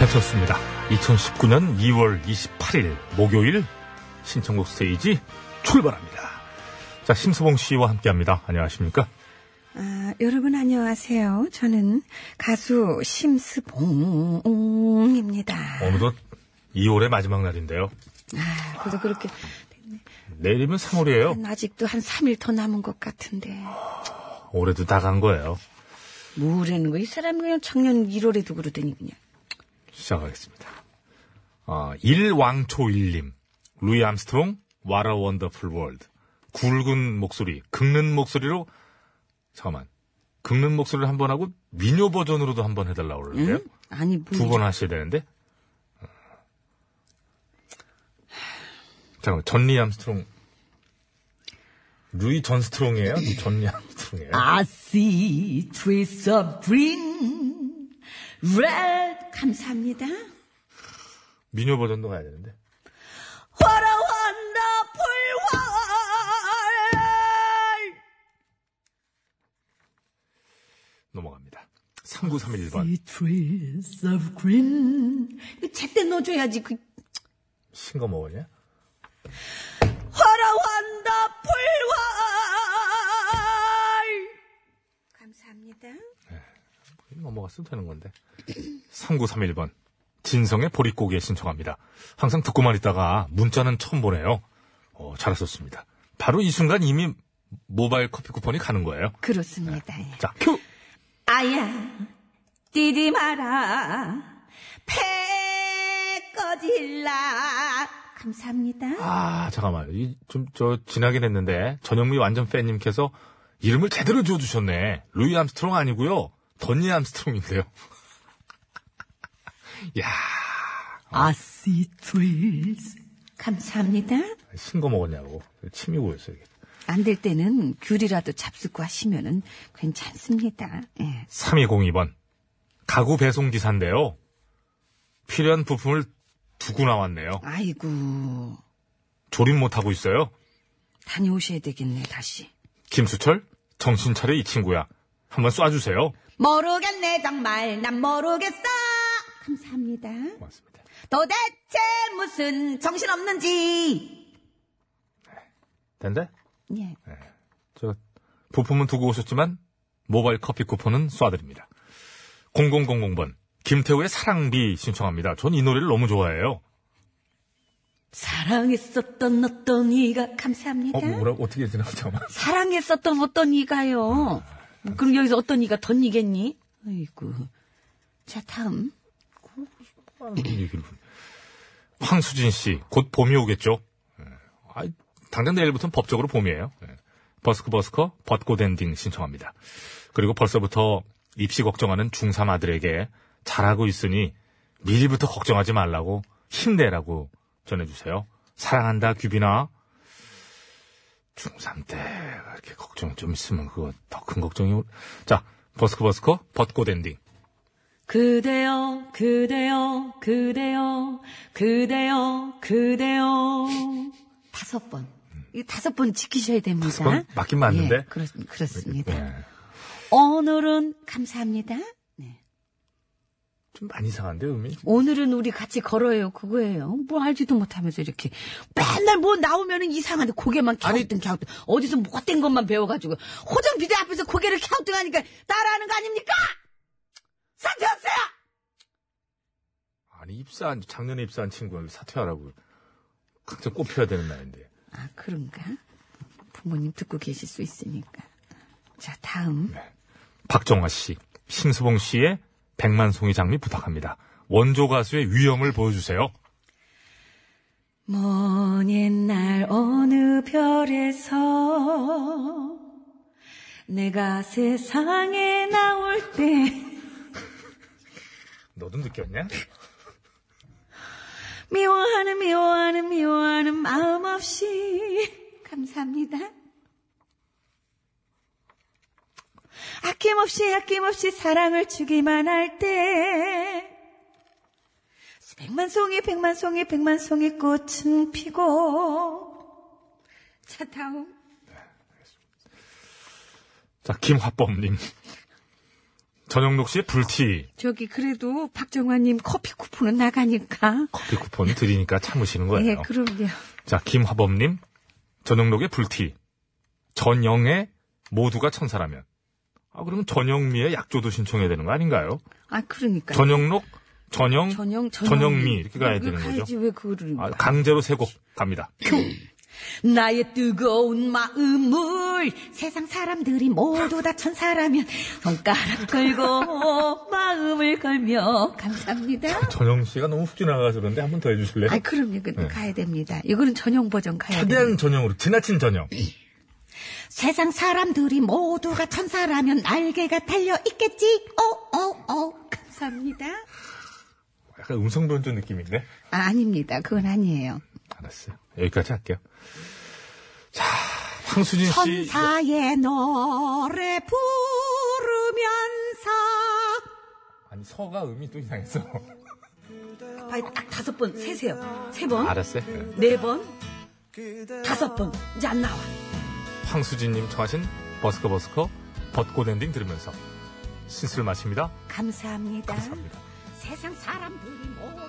배쳤습니다. 2019년 2월 28일 목요일 신청곡 스테이지 출발합니다. 자, 심수봉 씨와 함께 합니다. 안녕하십니까? 아, 여러분 안녕하세요. 저는 가수 심스봉입니다. 어느덧 2월의 마지막 날인데요. 아, 그래서 그렇게 내일이면 3월이에요. 아직도 한 3일 더 남은 것 같은데. 올해도 다 간 거예요. 뭐라는 거야? 이 사람 그냥 작년 1월에도 그러더니 그냥. 시작하겠습니다. 아, 일왕초일님, 루이 암스트롱, What a Wonderful World. 굵은 목소리, 긁는 목소리로, 잠깐만, 긁는 목소리를 한 번 하고 미녀 버전으로도 한 번 해달라 그러는데요. 음? 아니 뭐 네? 두 번 하셔야 되는데. 어. 잠깐만, 전리 암스트롱. 루이 전 스트롱이에요? 전리 암스트롱이에요? I see trees of green red 감사합니다. 미녀 버전도 가야 되는데. What a wonderful world 넘어갑니다. 3931번. The trees of green 이거 제때 넣어줘야지. 그 신거 먹었냐? What a wonderful world 감사합니다. 넘어갔으면 되는 건데. 3931번. 진성의 보릿고기에 신청합니다. 항상 듣고만 있다가 문자는 처음 보내요. 어, 잘하셨습니다. 바로 이 순간 이미 모바일 커피 쿠폰이 가는 거예요. 그렇습니다. 예. 자, 큐! 아야, 뛰지 마라. 패 꺼질라. 감사합니다. 아, 잠깐만. 이 좀, 저, 지나긴 했는데, 전영미 완전 팬님께서 이름을 제대로 지어주셨네. 루이 암스트롱 아니고요 던니 암스트롱인데요. 야 아시 트릴스. 감사합니다. 신거 먹었냐고. 침이 고였어, 이게. 안 될 때는 귤이라도 잡수고 하시면은 괜찮습니다. 예. 3202번. 가구 배송 기사인데요. 필요한 부품을 두고 나왔네요. 아이고, 조립 못하고 있어요. 다녀오셔야 되겠네, 다시. 김수철, 정신 차려 이 친구야. 한번 쏴주세요. 모르겠네, 정말. 난 모르겠어. 감사합니다. 고맙습니다. 도대체 무슨 정신없는지. 된대? 예. 저, 부품은 두고 오셨지만, 모바일 커피 쿠폰은 쏴드립니다. 0000번. 김태우의 사랑비 신청합니다. 전 이 노래를 너무 좋아해요. 사랑했었던 어떤 이가 감사합니다. 어, 뭐라, 어떻게 되나? 잠깐만. 사랑했었던 어떤 이가요. 아, 네. 그럼 여기서 어떤 이가 덧니겠니? 아이고. 자, 다음. 얘기를. 황수진 씨, 곧 봄이 오겠죠? 예. 아이, 당장 내일부터는 법적으로 봄이에요. 예. 버스커 버스커 벚꽃 엔딩 신청합니다. 그리고 벌써부터 입시 걱정하는 중3 아들에게 잘하고 있으니 미리부터 걱정하지 말라고 힘내라고 전해주세요. 사랑한다 규빈아. 중3 때 이렇게 걱정 좀 있으면 그거 더 큰 걱정이 올- 자 버스커 버스커 벚꽃 엔딩 그대여, 그대여, 그대여, 그대여, 그대여. 다섯 번. 이 다섯 번 지키셔야 됩니다. 다섯 번 맞긴 맞는데. 예, 그렇, 그렇습니다. 예. 오늘은 감사합니다. 네. 좀 많이 이상한데요 음이 오늘은 우리 같이 걸어요. 그거예요. 뭐 알지도 못하면서 이렇게 맨날 뭐 나오면은 이상한데 고개만 갸우뚱 갸우뚱 어디서 못된 것만 배워가지고 호전 비대 앞에서 고개를 갸우뚱하니까 따라하는 거 아닙니까? 사퇴하세요. 아니 입사한 작년에 입사한 친구가 사퇴하라고 각자 꼭 펴야 되는 날인데 아 그런가? 부모님 듣고 계실 수 있으니까. 자 다음. 박정화 씨, 심수봉 씨의 백만송이 장미 부탁합니다. 원조 가수의 위엄을 보여주세요. 먼 옛날 어느 별에서 내가 세상에 나올 때 너도 느꼈냐? 미워하는 미워하는 미워하는 마음 없이 감사합니다. 아낌없이 아낌없이 사랑을 주기만 할 때 백만 송이 백만 송이 백만 송이 꽃은 피고 자 다음 자, 김화범님. 전영록 씨의 불티 저기 그래도 박정환님 커피 쿠폰은 나가니까 커피 쿠폰 드리니까 참으시는 거예요. 예 그럼요 자, 김화범님. 전영록의 불티. 전영의 모두가 천사라면. 아, 그러면 전영미의 약조도 신청해야 되는 거 아닌가요? 아 그러니까 전영록, 네. 전영, 전영 전영미 이렇게 가야 되는 거죠. 가야지 왜 그거를 아, 강제로 세 곡 갑니다. 나의 뜨거운 마음을 세상 사람들이 모두 다 천사라면 손가락 (laughs) 걸고 마음을 걸며 감사합니다. 전영 씨가 너무 훅 지나가서 그런데 한 번 더 해주실래요? 아 그럼요. 네. 근데 가야 됩니다. 이거는 전용 버전 가야 돼요. 최대한 전형으로 지나친 전형. 그 세상 사람들이 모두가 천사라면 날개가 달려 있겠지. 오오오 감사합니다. 약간 음성 변조 느낌인데. 아, 아닙니다. 그건 아니에요. 알았어요. 여기까지 할게요. 자, 황수진 씨. 천사의 노래 부르면서 아니 서가 (laughs) 음이 또 이상했어. 빨리 딱 아, 다섯 번 세세요. 세 번, 알았어요. 네. 네 번, 다섯 번. 이제 안 나와. 황수진님 청하신 버스커 버스커 벚꽃 엔딩 들으면서 신술 마십니다. 감사합니다. 감사합니다. 세상 사람들이 모두. 다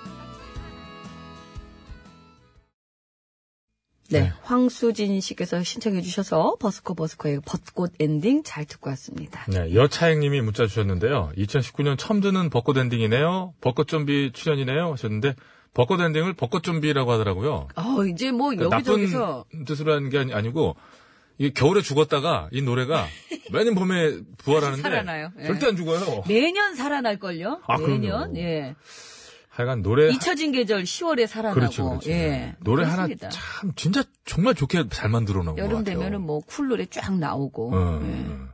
네, 황수진 씨께서 신청해 주셔서 버스커 버스커의 벚꽃 엔딩 잘 듣고 왔습니다. 네, 여차행님이 문자 주셨는데요. 2019년 처음 듣는 벚꽃 엔딩이네요. 벚꽃 좀비 출연이네요. 하셨는데, 벚꽃 엔딩을 벚꽃 좀비라고 하더라고요. 어, 이제 뭐 그러니까 여기저기서 나쁜 뜻으로 하는 게 아니- 아니고, 이게 겨울에 죽었다가 이 (laughs) 노래가 매년 봄에 부활하는데 살아나요. 예. 절대 안 죽어요. 매년 살아날걸요? 아, 그럼요. 매년, 예. 하여간 노래 잊혀진 계절 10월에 살아나고. 그렇죠, 그렇죠. 예. 노래 그렇습니다. 하나 참 진짜 정말 좋게 잘 만들어 놓은 것 같아요. 여름 되면은 뭐 쿨 노래 쫙 나오고. 음, 예. 음.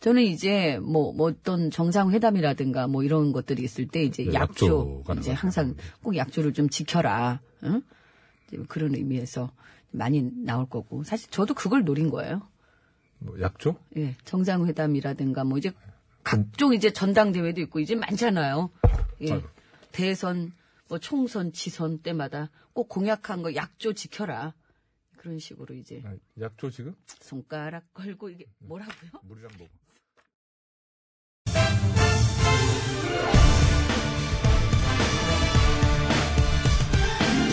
저는 이제 뭐, 뭐 어떤 정상회담이라든가 뭐 이런 것들이 있을 때 이제 네, 약조, 약조가 이제 나가죠. 항상 꼭 약조를 좀 지켜라. 응? 이제 뭐 그런 의미에서 많이 나올 거고. 사실 저도 그걸 노린 거예요. 뭐 약조? 예, 정상회담이라든가 뭐 이제 각종 이제 전당대회도 있고 이제 많잖아요. 예. 아이고. 대선, 뭐 총선, 지선 때마다 꼭 공약한 거 약조 지켜라. 그런 식으로 이제 아, 약조 지금? 손가락 걸고 이게 뭐라고요? 물이랑 먹어.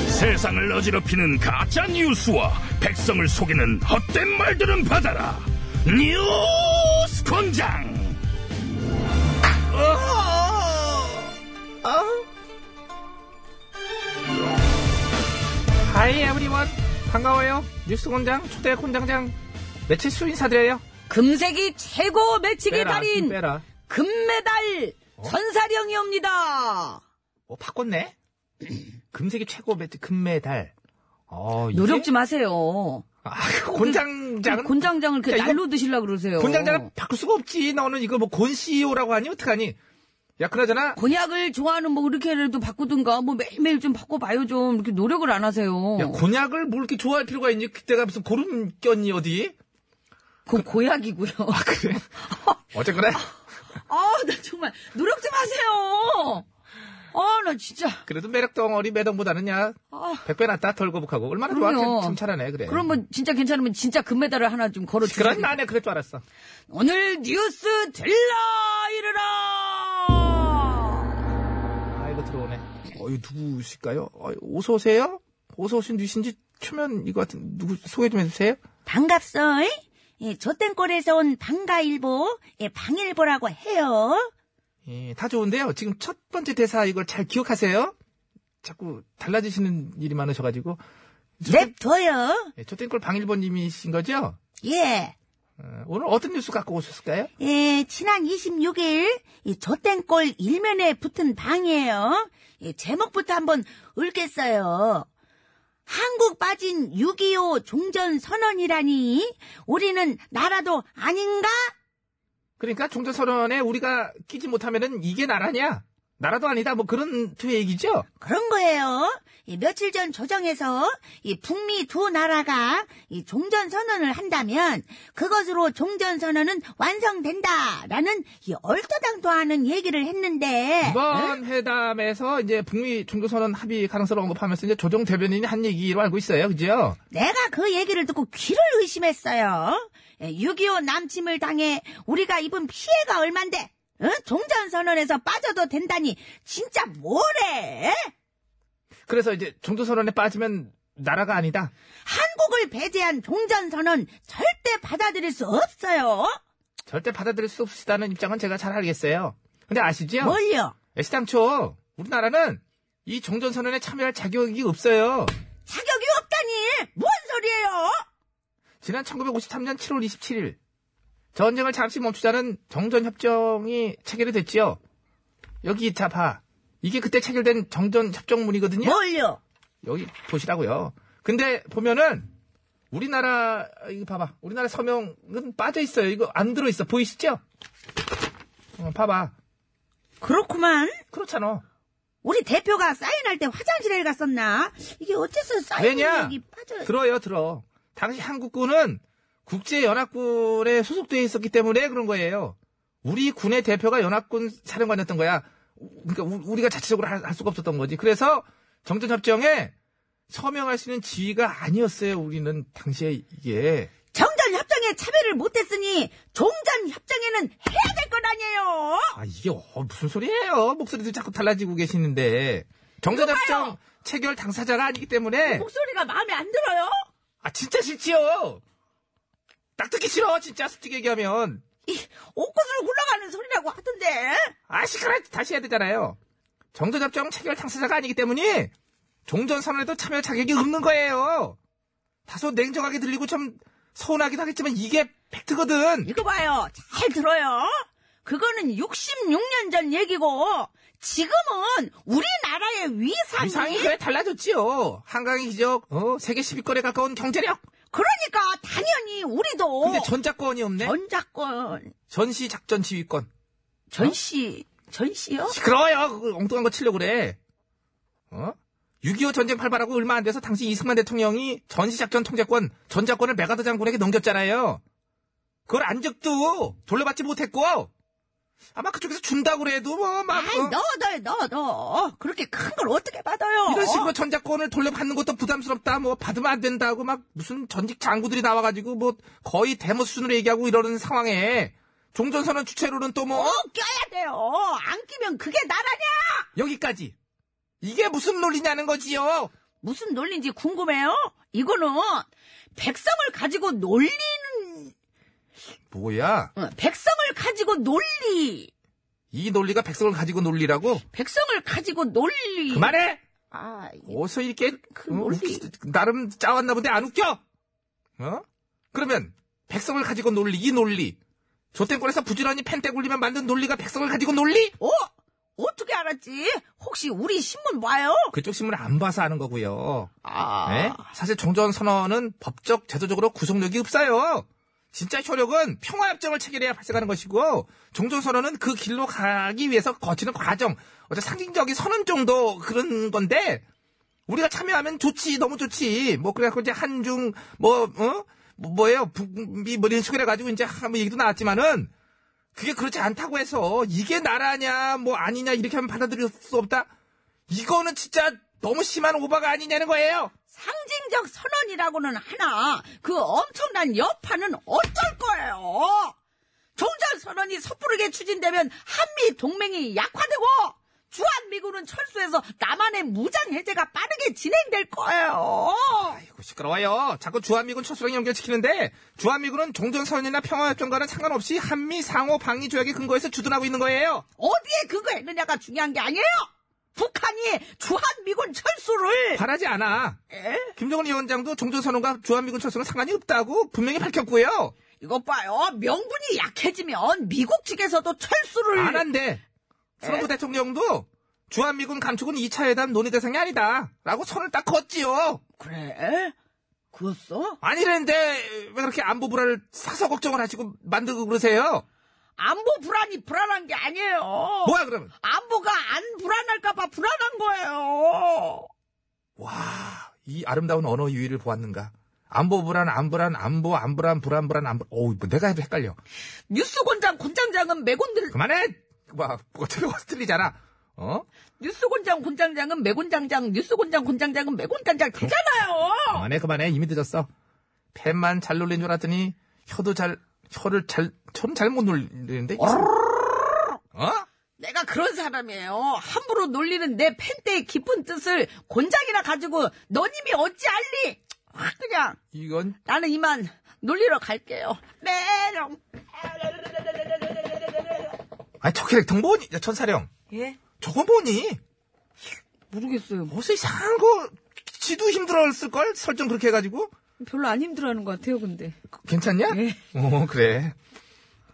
세상을 어지럽히는 가짜 뉴스와 백성을 속이는 헛된 말들은 받아라. 뉴스 권장. 어? 하이 에브리원 반가워요 뉴스 공장 초대 공장장 며칠 수 인사드려요 금색이 최고 매치기 빼라 좀 네, 달인 빼라 금메달 전사령이옵니다. 어 바꿨네 (clears throat) 금색이 최고 매트 금메달 어 이게? 노력 좀 하세요. 아, 그 공장장은 곤장장을 그 야, 이거- 날로 드시려 그러세요. 공장장은 바꿀 수가 없지 너는 이거 뭐곤 CEO라고 하니 어떡하니 야 그나저나 곤약을 좋아하는 뭐 그렇게라도 바꾸든가 뭐 매일매일 좀 바꿔봐요 좀 이렇게 노력을 안 하세요. 야, 곤약을 뭘 이렇게 좋아할 필요가 있니? 그때가 무슨 고름 꼈니, 어디? 그 고약이고요. 아 그래? (laughs) 어쨌거나. 나 정말 노력 좀 하세요. 아 나 진짜 그래도 매력덩어리 매덩보다는 야, 아. 백배 낫다, 덜거북하고. 얼마나 좋아. 그럼요. 참 잘하네, 그래. 그럼 뭐 진짜 괜찮으면 진짜 금메달을 하나 좀 걸어 주세요. 그런 나네, 그럴 줄 알았어. 오늘 뉴스 들라 이르라. 아, 이거 들어오네. 어이, 누구실까요? 어이, 어서오세요? 어서오신 누신지 초면 이거 같은, 누구 소개 좀 해주세요? 반갑소이. 예, 저땡골에서 온 방가일보, 예, 방일보라고 해요. 예, 다 좋은데요. 지금 첫 번째 대사 이걸 잘 기억하세요? 자꾸 달라지시는 일이 많으셔가지고. 냅둬요. 예, 초땡골 방일보님이신 거죠? 예. 어, 오늘 어떤 뉴스 갖고 오셨을까요? 예, 지난 26일, 이 저땡골 일면에 붙은 방이에요. 예, 제목부터 한번 읽겠어요. 한국 빠진 6.25 종전 선언이라니, 우리는 나라도 아닌가? 그러니까 종전선언에 우리가 끼지 못하면은 이게 나라냐? 나라도 아니다. 뭐 그런 투의 얘기죠? 그런 거예요. 이 며칠 전 조정에서 이 북미 두 나라가 이 종전 선언을 한다면 그것으로 종전 선언은 완성된다라는 이 얼토당토하는 얘기를 했는데 이번 회담에서 이제 북미 종전선언 합의 가능성을 언급하면서 이제 조정 대변인이 한 얘기로 알고 있어요. 그죠? 내가 그 얘기를 듣고 귀를 의심했어요. 6.25 남침을 당해 우리가 입은 피해가 얼만데 응? 종전 선언에서 빠져도 된다니 진짜 뭐래? 그래서 이제 종전선언에 빠지면 나라가 아니다. 한국을 배제한 종전 선언 절대 받아들일 수 없어요. 절대 받아들일 수 없으시다는 입장은 제가 잘 알겠어요. 근데 아시죠? 뭘요? 애시당초 우리나라는 이 종전선언에 참여할 자격이 없어요. 자격이 없다니! 뭔 소리예요? 지난 1953년 7월 27일 전쟁을 잠시 멈추자는 정전협정이 체결이 됐지요. 여기 자 봐. 이게 그때 체결된 정전협정문이거든요. 뭘요? 여기 보시라고요. 근데 보면은 우리나라 이거 봐봐. 우리나라 서명은 빠져 있어요. 이거 안 들어 있어. 보이시죠? 어, 봐봐. 그렇구만. 그렇잖아. 우리 대표가 사인할 때 화장실에 갔었나? 이게 어째서 사인 왜냐? 여기 빠져. 들어요, 들어. 당시 한국군은 국제연합군에 소속되어 있었기 때문에 그런 거예요. 우리 군의 대표가 연합군 사령관이었던 거야. 우- 그러니까 우- 우리가 자체적으로 할, 할 수가 없었던 거지. 그래서 정전협정에 서명할 수 있는 지위가 아니었어요. 우리는 당시에 이게. 정전 협정에 참여를 못했으니 종전 협정에는 해야 될 것 아니에요? 아 이게 어, 무슨 소리예요? 목소리도 자꾸 달라지고 계시는데 정전협정 체결 당사자가 아니기 때문에 목소리가 마음에 안 들어요? 아, 진짜 싫지요. 딱 듣기 싫어, 진짜 솔직히 얘기하면. 옷구슬 굴러가는 소리라고 하던데. 아, 시끄러 다시 해야 되잖아요. 정전협정 체결 당사자가 아니기 때문에 종전선언에도 참여 자격이 없는 거예요. 다소 냉정하게 들리고 좀 서운하긴 하겠지만 이게 팩트거든. 이거 봐요. 잘 들어요. 그거는 66년 전 얘기고 지금은 우리나라의 위상이 위상이 왜 달라졌지요? 한강의 기적, 어, 세계 10위권에 가까운 경제력. 그러니까 당연히 우리도 근데 전작권이 없네. 전작권 전시 작전 지휘권. 어? 전시 전시요? 시끄러워요. 그 엉뚱한 거 치려고 그래. 어? 6.25 전쟁 발발하고 얼마 안 돼서 당시 이승만 대통령이 전시작전 통제권, 전작권을 메가더 장군에게 넘겼잖아요. 그걸 안 적도 돌려받지 못했고, 아마 그쪽에서 준다고 그래도 뭐, 막, 아이 어, 너너 너너 그렇게 큰 걸 어떻게 받아요? 이런 식으로 전작권을 돌려받는 것도 부담스럽다, 뭐, 받으면 안 된다고 막 무슨 전직 장군들이 나와가지고 뭐, 거의 데모 수준으로 얘기하고 이러는 상황에, 종전선언 주체로는 또 뭐, 어, 껴야 돼요. 안 끼면 그게 나라냐? 여기까지. 이게 무슨 논리냐는 거지요. 무슨 논리인지 궁금해요. 이거는 백성을 가지고 놀리는 뭐야? 어, 백성을 가지고 논리 이 논리가 백성을 가지고 논리라고? 백성을 가지고 논리 그만해! 아, 이게 어서 이렇게 그 어, 논리. 웃기- 나름 짜왔나 본데 안 웃겨? 어? 그러면 백성을 가지고 논리 이 논리 조땡권에서 부지런히 펜떼 굴리면 만든 논리가 백성을 가지고 논리? 어? 어떻게 알았지? 혹시 우리 신문 봐요? 그쪽 신문을 안 봐서 아는 거고요. 아, 네? 사실 종전 선언은 법적 제도적으로 구속력이 없어요. 진짜 효력은 평화협정을 체결해야 발생하는 것이고 종전 선언은 그 길로 가기 위해서 거치는 과정, 어째 상징적인 선언 정도 그런 건데 우리가 참여하면 좋지, 너무 좋지. 뭐 그래갖고 이제 한중 뭐 어? 뭐, 뭐예요? 북미 뭐 이런 식으로 해가지고 이제 하- 뭐 얘기도 나왔지만은 그게 그렇지 않다고 해서 이게 나라냐 뭐 아니냐 이렇게 하면 받아들일 수 없다. 이거는 진짜 너무 심한 오바가 아니냐는 거예요. 상징적 선언이라고는 하나 그 엄청난 여파는 어쩔 거예요? 종전 선언이 섣부르게 추진되면 한미 동맹이 약화되고 주한미군은 철수해서 남한의 무장 해제가 빠르게 진행될 거예요. 아이고 시끄러워요. 자꾸 주한미군 철수랑 연결시키는데 주한미군은 종전선언이나 평화협정과는 상관없이 한미 상호 방위 조약에 근거해서 주둔하고 있는 거예요. 어디에 근거했느냐가 중요한 게 아니에요. 북한이 주한미군 철수를 바라지 않아. 에? 김정은 위원장도 종전선언과 주한미군 철수는 상관이 없다고 분명히 밝혔고요. 이것 봐요. 명분이 약해지면 미국 측에서도 철수를 안 한대. 트럼프 대통령도 주한미군 감축은 2차 회담 논의 대상이 아니다. 라고 선을 딱 걷지요. 그래? 그었어? 아니랬는데 왜 그렇게 안보 불화를 사서 걱정을 하시고 만들고 그러세요? 안보 불안이 불안한 게 아니에요. 뭐야 그러면? 안보가 안 불안할까봐 불안한 거예요. 와, 이 아름다운 언어 유희를 보았는가? 안보 불안, 안 불안, 안보, 안 불안, 불안, 불안, 안 불안. 어우, 뭐 내가 해도 헷갈려. 뉴스 권장 권장장은 매곤들 그만해! 막, 어차피 (laughs) 허스 틀리잖아. 어? 뉴스 권장 권장장은 매곤장장 뉴스 권장 권장장은 매곤장장 되잖아요. 그만해, 그만해. 이미 늦었어. 펜만 잘 놀린 줄 알았더니, 혀도 잘, 혀를 잘, 혀는 잘 못 놀리는데? 어? 내가 그런 사람이에요. 함부로 놀리는 내 팬때의 깊은 뜻을 권장이나 가지고 너님이 어찌 알리? 확 그냥 이건, 나는 이만 놀리러 갈게요. 메롱. 아니, 저 캐릭터 뭐니? 야, 천사령. 예? 저거 뭐니? 모르겠어요. 어서 이상한 거, 지도 힘들었을걸? 설정 그렇게 해가지고? 별로 안 힘들어하는 것 같아요, 근데. 괜찮냐? 네. 예. 어, 그래.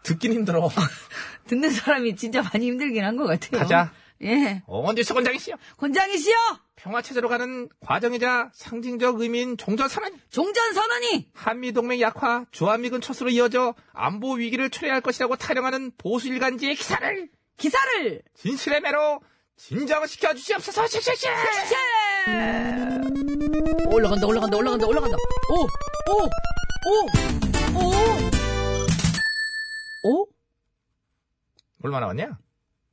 듣긴 힘들어. (laughs) 듣는 사람이 진짜 많이 힘들긴 한 것 같아요. 가자. 예. 어, 뉴스 권장이 씨요. 권장이 씨요! 평화체제로 가는 과정이자 상징적 의미인 종전선언, 종전선언이! 한미동맹 약화, 주한미군 철수로 이어져 안보 위기를 초래할 것이라고 타령하는 보수 일간지의 기사를 기사를! 진실의 매로 진정시켜 주시옵소서. 씩씩씩. 체! 올라간다, 올라간다, 올라간다, 올라간다. 오! 오! 오! 오! 오? 얼마 나왔냐?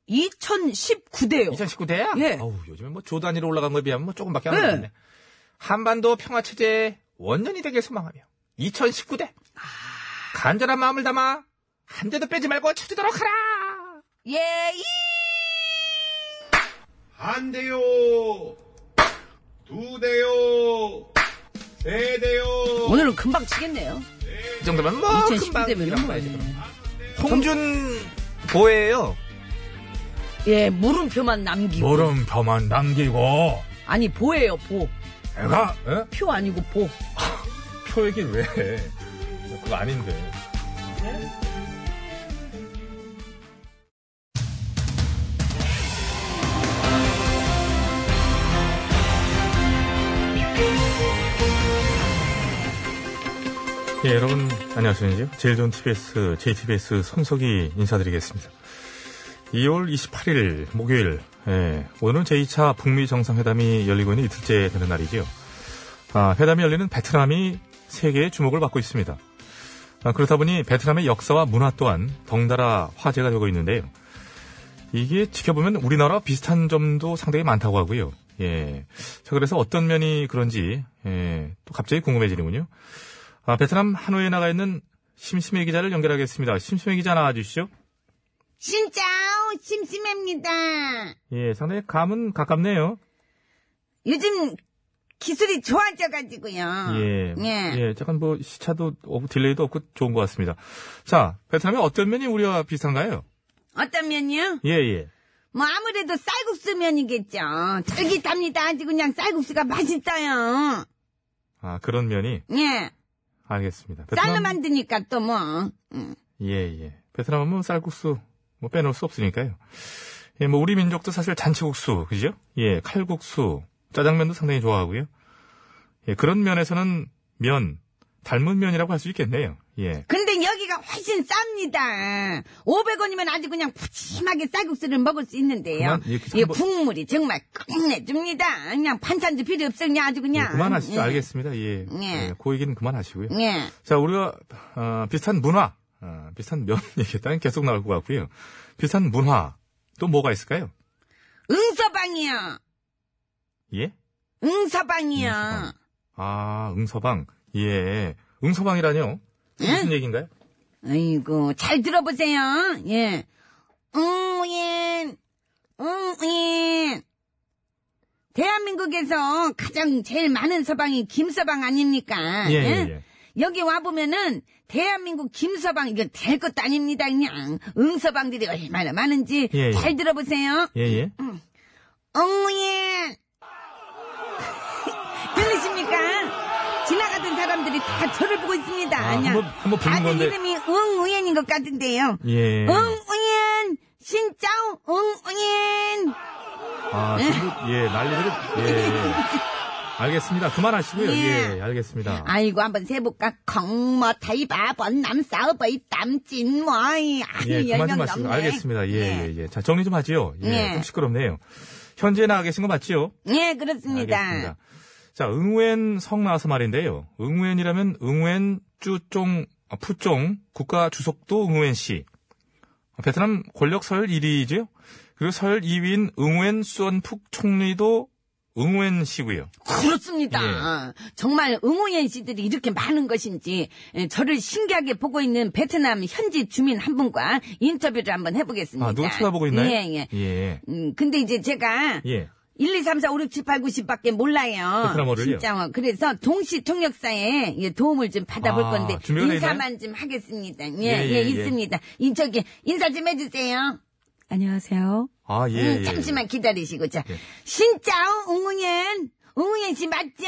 2019대요. 2019대야? 예. 어우, 요즘에 뭐 조 단위로 올라간 거에 비하면 뭐 조금밖에 안 예. 올랐네. 한반도 평화체제의 원년이 되길 소망하며 2019대 간절한 마음을 담아 한 대도 빼지 말고 쳐주도록 하라. 예, 이 한 대요, 두 대요, 세 대요. 오늘은 금방 치겠네요. 이 정도면 뭐 2010 금방 때면 이런 이런 거지. 거지. 홍준 보예요. 예, 물음표만 남기고. 뭐? 물음표만 남기고 아니, 보예요, 보. 내가 예? 표 아니고 보. 표 얘기를 왜 해? 그거 아닌데 예, 여러분 안녕하십니까 제일 좋은 TBS, JTBS 손석희 인사드리겠습니다 2월 28일 목요일 예, 오늘은 제2차 북미 정상회담이 열리고 있는 이틀째 되는 날이지요 아, 회담이 열리는 베트남이 세계의 주목을 받고 있습니다. 아, 그렇다 보니 베트남의 역사와 문화 또한 덩달아 화제가 되고 있는데요. 이게 지켜보면 우리나라와 비슷한 점도 상당히 많다고 하고요. 예. 자, 그래서 어떤 면이 그런지, 예, 또 갑자기 궁금해지는군요. 아, 베트남 하노이에 나가 있는 심심해 기자를 연결하겠습니다. 심심해 기자 나와주시죠. 신짜오 심심합니다. 예, 상당히 감은 가깝네요. 요즘 기술이 좋아져가지고요. 예. 예. 예, 잠깐 뭐 시차도 없고 딜레이도 없고 좋은 것 같습니다. 자, 베트남의 어떤 면이 우리와 비슷한가요? 어떤 면이요? 예, 예. 뭐 아무래도 쌀국수 면이겠죠. 쫄깃합니다. 아주 그냥 쌀국수가 맛있어요. 아, 그런 면이 예. 알겠습니다. 쌀로 만드니까 또 뭐. 음. 예, 예. 베트남 하면 쌀국수 뭐 빼놓을 수 없으니까요. 예, 뭐 우리 민족도 사실 잔치국수, 그죠? 예, 칼국수, 짜장면도 상당히 좋아하고요. 예, 그런 면에서는 면, 닮은 면이라고 할 수 있겠네요. 예. 근데 여기가 훨씬 쌉니다. 500원이면 아주 그냥 푸짐하게 쌀국수를 먹을 수 있는데요. 그만, 뭐- 이렇게 이 한번- 국물이 정말 끝내줍니다. 그냥 반찬도 필요 없어 그냥 아주 예, 그냥. 그만하시죠. 예. 알겠습니다. 예. 예. 예, 그 얘기는 그만하시고요. 예. 자, 우리가 어, 비슷한 문화, 어, 비슷한 면 (laughs) 얘기했다면 계속 나올 것 같고요. 비슷한 문화 또 뭐가 있을까요? 응서방이요. 예? 응서방이요. 응서방. 아, 응서방. 예. 응서방이라뇨? 예? 무슨 얘기인가요? 아이고, 잘 들어보세요. 예. 응우인, 응우인. 대한민국에서 가장 제일 많은 서방이 김서방 아닙니까? 예, 예, 예. 여기 와보면은, 대한민국 김서방, 이거 될 것도 아닙니다, 그냥. 응서방들이 얼마나 많은지 예, 예. 잘 들어보세요. 예, 예. (laughs) 응우인. 들리십니까? 지나가던 사람들이 다 저를 보고 있습니다. 아, 그냥. 한번, 한번 부른 아들 건데. 이름이 응우연인 것 같은데요. 예. 응우연 신짜오 응우연 아, 전부, 예, 난리들, (laughs) 예, 예. 알겠습니다. 그만하시고요. 예. 예, 알겠습니다. 아이고 한번 세볼까 콩뭐 타이바번 남싸버이 땀찐 뭐이 예, 아니 그만 열명 좀 하시고. 넘네 알겠습니다. 예, 예, 예. 자, 정리 좀 하지요. 예, 예. 좀 시끄럽네요. 현재 나가 계신 거 맞지요? 예 그렇습니다 알겠습니다. 자, 응우엔 성 나와서 말인데요. 응우엔이라면 응우엔 쭈쫑, 아, 푸쫑, 국가 주석도 응우엔 씨. 베트남 권력 서열 1위이죠. 그리고 서열 2위인 응우엔 수원푹 총리도 응우엔 씨고요. 예. 그렇습니다. 어. 정말 응우옌씨들이 이렇게 많은 것인지 예, 저를 신기하게 보고 있는 베트남 현지 주민 한 분과 인터뷰를 한번 해보겠습니다. 아, 누가 쳐다보고 있나요? 예, 예. 예. 음, 근데 이제 제가 예. 1, 2, 3, 4, 5, 6, 7, 8, 9, 10밖에 몰라요. 베트남어를요? 진짜. 어, 그래서 동시 통역사에 예, 도움을 좀 받아볼 아, 건데 준비가 돼 인사만 좀 하겠습니다. 예, 예, 예, 예. 있습니다. 이 저기 인사 좀 해주세요. 안녕하세요. 아, 예. 음, 예, 잠시만 예. 기다리시고 자 신짜오 응우연 응우연 씨 맞죠?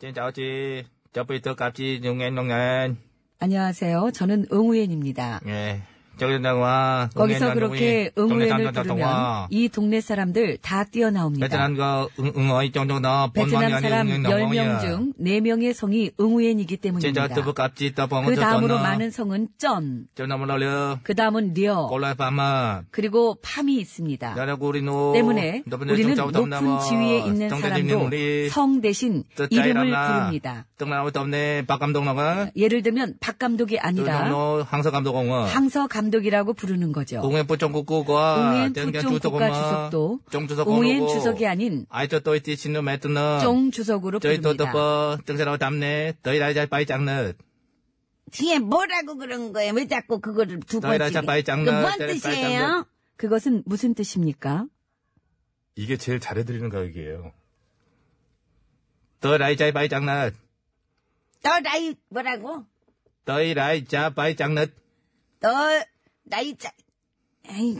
찐짜오지, 저부터 값지, 용엔 농엔. 안녕하세요. 저는 응우엔입니다. 예. 저기 나와. 거기서 그렇게 응우엔을 부르면 이 동네 사람들 다 뛰어나옵니다. 베트남 거 응어이 정도 나 베트남 사람 10명 중 4명의 성이 응우엔이기 때문입니다. 진짜 뜨부 값지 떠봉 그 다음으로 많은 성은 쩐, 저 너무 놀려 그 다음은 려, 골라 밤아 그리고 팜이 있습니다. 나라고 우리 노 때문에 우리는 높은 지위에 있는 사람도 성 대신 이름을 부릅니다. 등나무 덥네 박 감독나가 예를 들면 박 감독이 아니라 너 항서 감독공원 항서 감독이라고 부르는 거죠. 공연 부정 국구가 웅엔 부총 국가 주석도 종뭐 주석 웅엔 주석이 아닌 아이저 또 있지 신노 매트너 종 주석으로 저희 또뭐 부릅니다. 또버 등사라고 담네 너희 라이자 빠이 짱너 뒤에 뭐라고 그런 거예요? 왜 자꾸 그거를 두 너희 번씩? 라이자 빠이 짱너 그뭔 뜻이에요? 그것은 무슨 뜻입니까? 이게 제일 잘해드리는 가격이에요. 너희 라이자 빠이 짱너 너 나이 뭐라고? 떠이 라이 짜 빠이 짱넛. 너 나이 짜. 에이,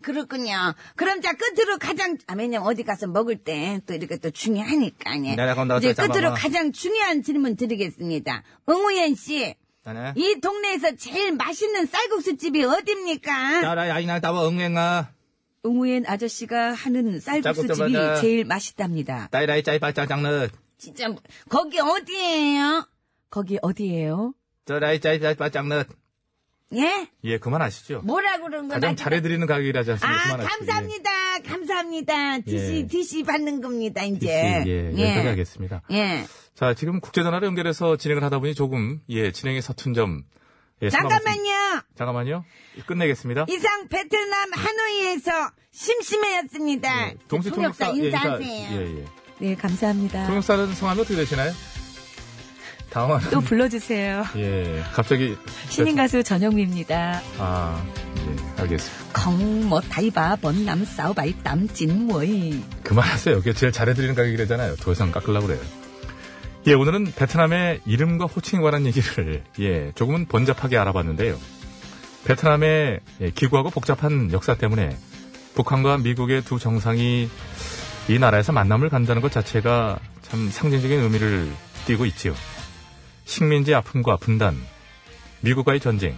그렇군요. 그럼 자 끝으로 가장 아, 왜냐면 어디 가서 먹을 때 또 이렇게 또 중요하니까 예. 내가 네, 그럼 너 이제 또 끝으로 잡아봐. 가장 중요한 질문 드리겠습니다. 응우연 씨, 나네. 이 동네에서 제일 맛있는 쌀국수 집이 어디입니까? 나라 야이나 따와 응행아. 응우엔 아저씨가 하는 쌀국수 집이 짭짤하다. 제일 맛있답니다. 떠이 라이 짜이 빠이 짜 짱넛. 진짜 뭐- 거기 어디예요? 거기 어디예요? 떠 라이 짜이 짜이 빠이 짱넛. 예? 예, 그만하시죠. 뭐라 그런 거야? 가장 잘해드리는 가격이라지 않습니까? 아, 네, 그만하시죠. 감사합니다. 감사합니다. DC, 예. DC 받는 겁니다, 예. 이제. 예, 여기까지 하겠습니다. 아, 예. 자, 지금 국제전화로 연결해서 진행을 하다 보니 조금, 예, 진행에 서툰 점. 예, 사과 말씀- 잠깐만요. 잠깐만요. 끝내겠습니다. 이상 베트남 하노이에서 심심해였습니다. 동시 통역사 통역사, 예, 인사하세요. 예, 예. 네, 감사합니다. 통역사는 성함이 어떻게 되시나요? 당황하는. 또 불러주세요. 예, 갑자기. 신인가수 전영미입니다. 아, 예, 알겠습니다. 콩뭐 타이바 번남 싸우바이 땀찐워이 그만하세요. 이게 제일 잘해드리는 가격이래잖아요. 더 이상 깎으려고 그래요. 예, 오늘은 베트남의 이름과 호칭에 관한 얘기를, 예, 조금은 번잡하게 알아봤는데요. 베트남의 예, 기구하고 복잡한 역사 때문에 북한과 미국의 두 정상이 이 나라에서 만남을 간다는 것 자체가 참 상징적인 의미를 띠고 있지요. 식민지 아픔과 분단, 미국과의 전쟁,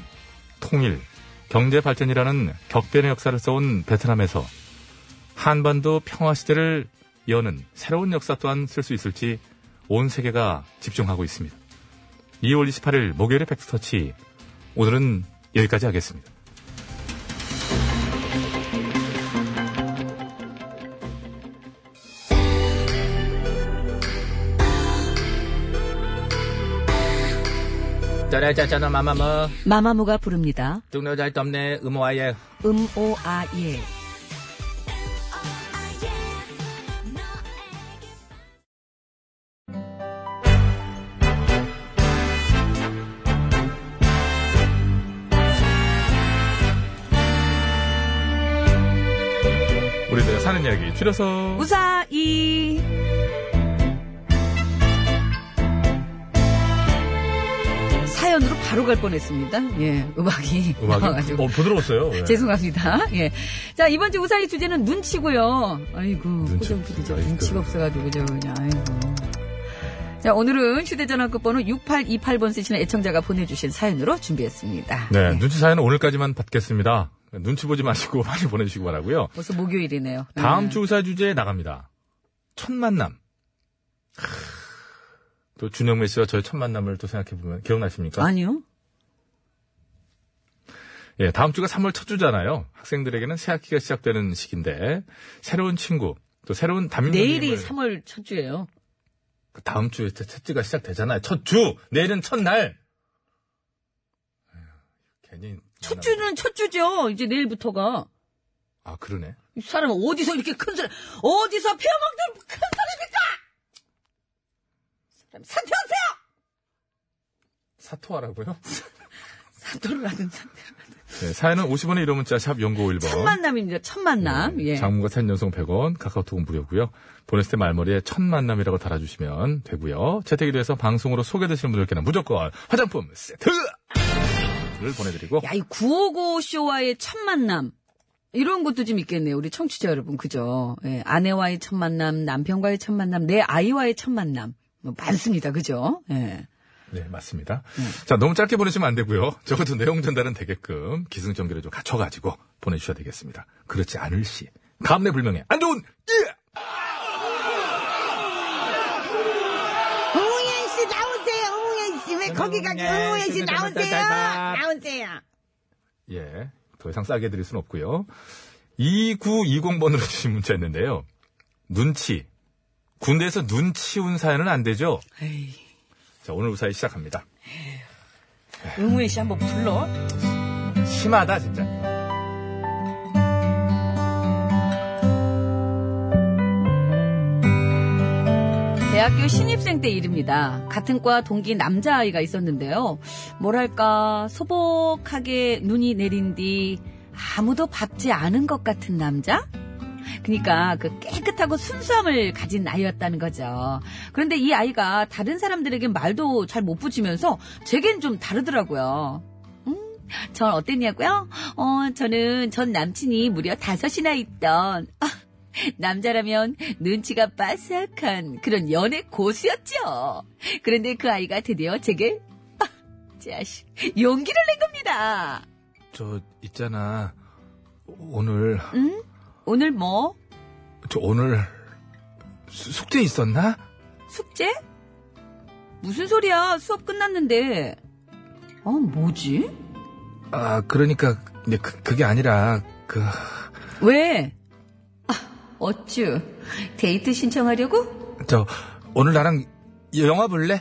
통일, 경제 발전이라는 격변의 역사를 써온 베트남에서 한반도 평화 시대를 여는 새로운 역사 또한 쓸 수 있을지 온 세계가 집중하고 있습니다. 2월 28일 목요일의 팩스터치 오늘은 여기까지 하겠습니다. 짜라짜짜나 마마마 마마무가 부릅니다. 중노 잘 덥네 음오아예 음오아예 아, 예. 우리들의 사는 이야기 줄여서 우사이 사연으로 바로 갈 뻔했습니다. 예, 음악이 음악이 나와가지고 어, 부드러웠어요. (laughs) 예. 죄송합니다. 예, 자 이번 주 우사이 주제는 눈치고요. 아이고 눈치 호정 PD죠. 없습니다. 눈치가 아이고. 없어가지고 저 그냥 아이고. 자 오늘은 휴대전화 끝번호 6828번 쓰시는 애청자가 보내주신 사연으로 준비했습니다. 네, 예, 눈치 사연은 오늘까지만 받겠습니다. 눈치 보지 마시고 많이 보내주시기 바라고요. 벌써 목요일이네요. 다음 예. 주 의사 주제에 나갑니다. 첫 만남. 크, 또 준영미 씨와 저의 첫 만남을 또 생각해 보면 기억나십니까? 아니요. 예, 다음 주가 3월 첫 주잖아요. 학생들에게는 새 학기가 시작되는 시기인데 새로운 친구 또 새로운 담임 내일이 선생님을 3월 첫 주예요. 그 다음 주에 첫- 첫 주가 시작되잖아요. 첫 주, 내일은 첫날. 에휴, 괜히 첫 주는 첫 주죠. 이제 내일부터가. 아 그러네. 이 사람은 어디서 이렇게 큰 사람, 어디서 피어먹는 큰 사람입니까? 사람 사퇴하세요! 사토하라고요? 사퇴를 하든 사퇴를 하든. 네, 사연은 50원의 1호 문자 샵 0951번. 첫 만남입니다. 첫 만남. 예. 네, 장문과 사진 연속 100원, 카카오톡은 무료고요. 보냈을 때 말머리에 첫 만남이라고 달아주시면 되고요. 채택이 돼서 방송으로 소개되시는 분들께는 무조건 화장품 세트를 보내드리고 야, 이 955쇼와의 첫 만남. 이런 것도 좀 있겠네요. 우리 청취자 여러분. 그죠? 예, 아내와의 첫 만남, 남편과의 첫 만남, 내 아이와의 첫 만남. 뭐 많습니다. 그죠? 예. 네 맞습니다. 음. 자 너무 짧게 보내시면 안 되고요. 적어도 내용 전달은 되게끔 기승전결을 좀 갖춰가지고 보내주셔야 되겠습니다. 그렇지 않을 시 감내불명에 안 좋은 예! 홍우연 씨 나오세요, 홍우연 씨. 왜 거기 가게 홍우연 씨 나오세요? 나오세요. 예. 더 이상 싸게 드릴 순 없고요. 2920번으로 (laughs) 주신 문자 있는데요. 눈치. 군대에서 눈 치운 사연은 안 되죠? 에이, 자, 오늘 우사히 시작합니다. 응우의 씨 한번 불러. 심하다, 진짜. 대학교 신입생 때 일입니다. 같은 과 동기 남자아이가 있었는데요. 뭐랄까, 소복하게 눈이 내린 뒤 아무도 밟지 않은 것 같은 남자? 그러니까 그 깨끗하고 순수함을 가진 아이였다는 거죠. 그런데 이 아이가 다른 사람들에게 말도 잘 못 붙이면서 제겐 좀 다르더라고요. 음, 전 어땠냐고요? 어, 저는 전 남친이 무려 다섯이나 있던 아, 남자라면 눈치가 빠삭한 그런 연애 고수였죠. 그런데 그 아이가 드디어 제게 아, 자식 용기를 낸 겁니다. 저 있잖아 오늘 오늘 뭐 저 오늘 수- 숙제 있었나? 숙제? 무슨 소리야? 수업 끝났는데. 어, 뭐지? 아 그러니까 근데 그, 그게 아니라 그 왜? 아, 어쭈. 데이트 신청하려고? 저 오늘 나랑 영화 볼래?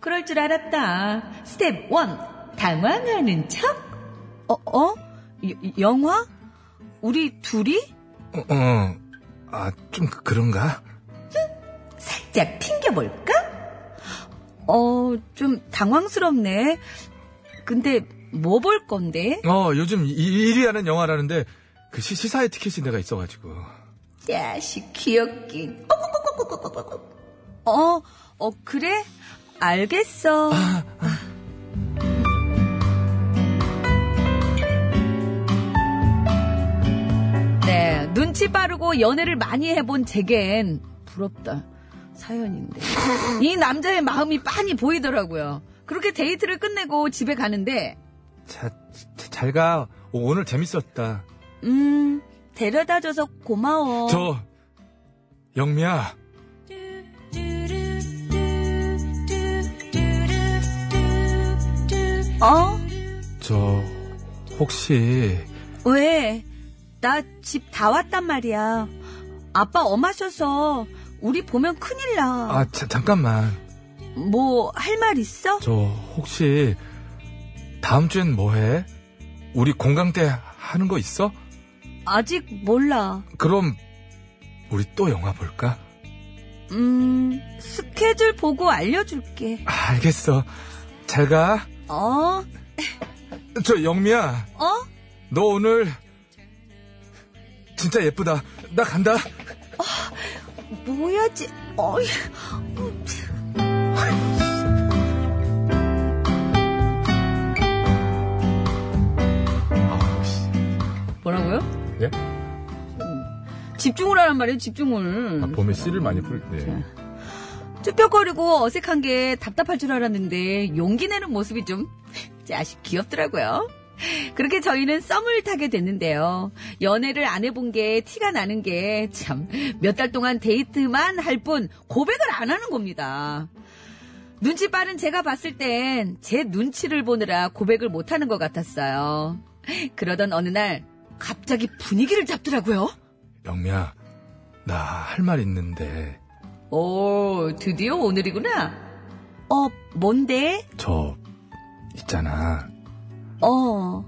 그럴 줄 알았다. 스텝 1. 당황하는 척? 어, 어? 여- 영화? 우리 둘이? 어, 어. 아, 좀 그- 그런가? 살짝 튕겨볼까? 어, 좀 당황스럽네. 근데 뭐 볼 건데? 어, 요즘 1위 하는 영화라는데 그 시, 사의 티켓이 내가 있어가지고. 야식 귀엽긴. 어, 어, 그래? 알겠어. 네, 눈치 빠르고 연애를 많이 해본 제겐 부럽다. 사연인데. 이 남자의 마음이 빤히 보이더라고요. 그렇게 데이트를 끝내고 집에 가는데, 자, 자, 잘 가. 오, 오늘 재밌었다. 음, 데려다 줘서 고마워. 저, 영미야. 어? 저, 혹시, 왜? 나 집 다 왔단 말이야. 아빠 엄하셔서 우리 보면 큰일 나. 아, 자, 잠깐만. 뭐 할 말 있어? 저, 혹시, 다음 주엔 뭐 해? 우리 공강 때 하는 거 있어? 아직 몰라. 그럼, 우리 또 영화 볼까? 음, 스케줄 보고 알려줄게. 아, 알겠어. 잘 가. 어? 저, 영미야. 어? 너 오늘 진짜 예쁘다. 나 간다. 뭐야지? 어이. 뭐라고요? 예? 음, 집중을 하란 말이에요, 아, 집중을. 봄에 씨를 많이 풀, 네. 쭈뼛거리고 어색한 게 답답할 줄 알았는데 용기 내는 모습이 좀 (laughs) 짜식 귀엽더라고요. 그렇게 저희는 썸을 타게 됐는데요. 연애를 안 해본 게 티가 나는 게 참 몇 달 동안 데이트만 할 뿐 고백을 안 하는 겁니다. 눈치 빠른 제가 봤을 땐 제 눈치를 보느라 고백을 못 하는 것 같았어요. 그러던 어느 날 갑자기 분위기를 잡더라고요. 영미야, 나 할 말 있는데 오, 드디어 오늘이구나. 어, 뭔데? 저 있잖아. 어,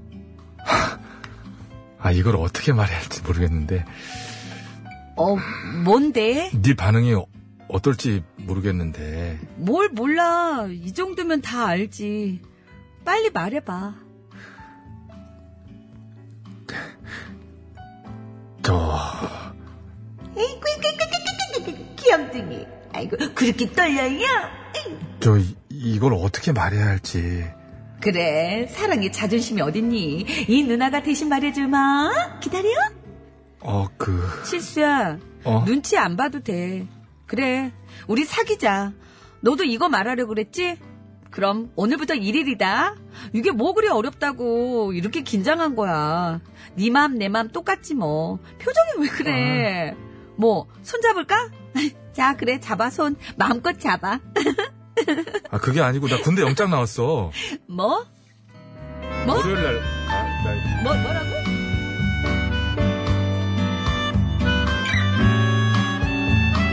아 이걸 어떻게 말해야 할지 모르겠는데 어, 뭔데? 네 반응이 어- 어떨지 모르겠는데 뭘 몰라. 이 정도면 다 알지. 빨리 말해봐. 저 귀염둥이. 아이고, 그렇게 떨려요? 저 이- 이걸 어떻게 말해야 할지 그래, 사랑의 자존심이 어딨니? 이 누나가 대신 말해주마. 기다려? 어 그 실수야. 어? 눈치 안 봐도 돼. 그래, 우리 사귀자. 너도 이거 말하려고 그랬지? 그럼 오늘부터 일일이다 이게 뭐 그리 어렵다고 이렇게 긴장한 거야. 네 맘, 내 맘 똑같지 뭐. 표정이 왜 그래? 뭐, 손 잡을까? (laughs) 자, 그래, 잡아, 손. 마음껏 잡아. (laughs) 아, 그게 아니고 나 군대 영장 나왔어. 뭐? 뭐? 월요일 날, 아, 날. 뭐, 뭐라고?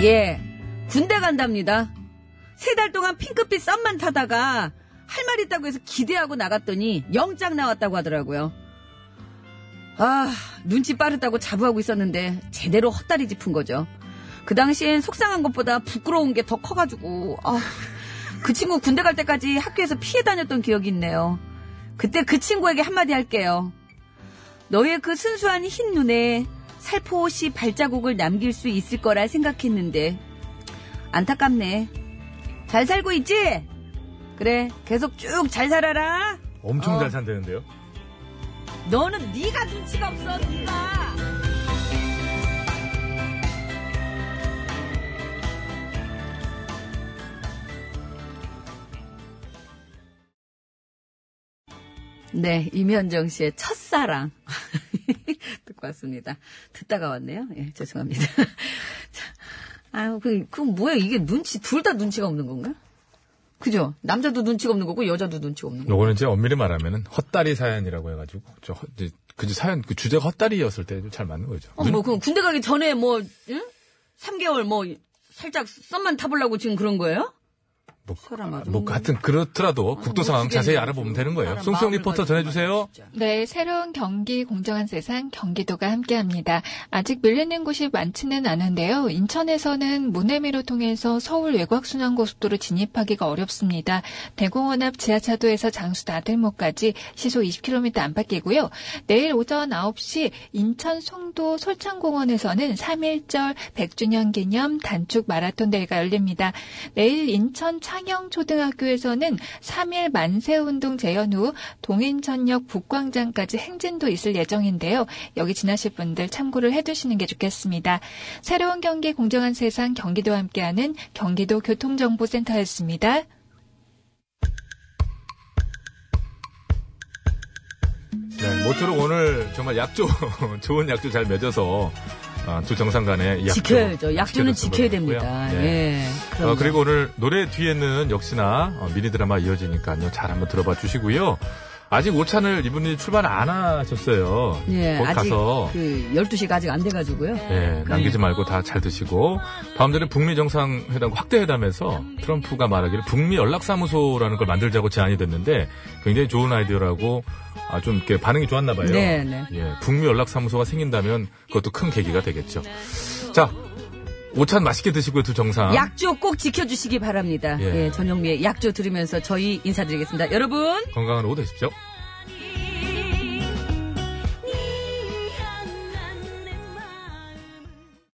예, 군대 간답니다. 세 달 동안 핑크빛 썸만 타다가 할 말 있다고 해서 기대하고 나갔더니 영장 나왔다고 하더라고요. 아, 눈치 빠르다고 자부하고 있었는데 제대로 헛다리 짚은 거죠. 그 당시엔 속상한 것보다 부끄러운 게 더 커가지고, 아, 그 친구 군대 갈 때까지 학교에서 피해 다녔던 기억이 있네요. 그때 그 친구에게 한마디 할게요. 너의 그 순수한 흰 눈에 살포시 발자국을 남길 수 있을 거라 생각했는데 안타깝네. 잘 살고 있지? 그래, 계속 쭉 잘 살아라. 엄청 어. 잘 산다는데요. 너는 네가 눈치가 없어, 네가. 네, 임현정 씨의 첫사랑. (laughs) 듣고 왔습니다. 듣다가 왔네요. 예, 죄송합니다. (laughs) 자, 아유, 그, 그, 뭐야, 이게 눈치, 둘 다 눈치가 없는 건가? 그죠? 남자도 눈치가 없는 거고, 여자도 눈치가 없는 거고. 요거는 이제 엄밀히 말하면은 헛다리 사연이라고 해가지고 저 헛- 이제 그 사연 그 주제가 헛다리였을 때 잘 맞는 거죠. 어, 뭐, 그 군대 가기 전에 뭐, 응? 3개월 뭐, 살짝 썸만 타보려고 지금 그런 거예요? 뭐, 사람 아주 뭐 하여튼 어, 그렇더라도 국도 상황 모르겠네, 자세히 지금. 알아보면 되는 거예요. 뭐 사람 송수영 마음을 리포터 가지고 전해주세요. 말이야, 진짜. 네, 새로운 경기 공정한 세상 경기도가 함께합니다. 아직 밀리는 곳이 많지는 않은데요. 인천에서는 모내미로 통해서 서울 외곽순환고속도로 진입하기가 어렵습니다. 대공원 앞 지하차도에서 장수 나들목까지 시속 20km 안팎이고요. 내일 오전 9시 인천 송도 솔창공원에서는 3.1절 100주년 기념 단축 마라톤 대회가 열립니다. 내일 인천 창영초등학교에서는 3일 만세운동 재현 후 동인천역 북광장까지 행진도 있을 예정인데요. 여기 지나실 분들 참고를 해두시는 게 좋겠습니다. 새로운 경기 공정한 세상 경기도와 함께하는 경기도 교통정보센터였습니다. 네, 모쪼록 오늘 정말 약조 (laughs) 좋은 약조 잘 맺어서 아, 두 정상 간의 약조 지켜야죠. 약조는 지켜줬던 지켜야 것 같고요. 됩니다. 네. 예. 그럼 어, 그리고 오늘 노래 뒤에는 역시나 어, 미니 드라마 이어지니까요. 잘 한번 들어봐 주시고요. 아직 오찬을 이분이 출발 안 하셨어요. 예, 거기 아직 가서 그 12시가 아직 안 돼 가지고요. 예, 남기지 말고 다 잘 드시고 다음 전에 북미 정상회담 확대 회담에서 트럼프가 말하기를 북미 연락사무소라는 걸 만들자고 제안이 됐는데 굉장히 좋은 아이디어라고 아, 좀 이렇게 반응이 좋았나 봐요. 네, 네. 예, 북미 연락사무소가 생긴다면 그것도 큰 계기가 되겠죠. 자, 오찬 맛있게 드시고요, 두 정상. 약조 꼭 지켜주시기 바랍니다. 아. 예. 예, 전영미의 약조 들으면서 저희 인사드리겠습니다. 여러분! 건강한 오후 되십시오.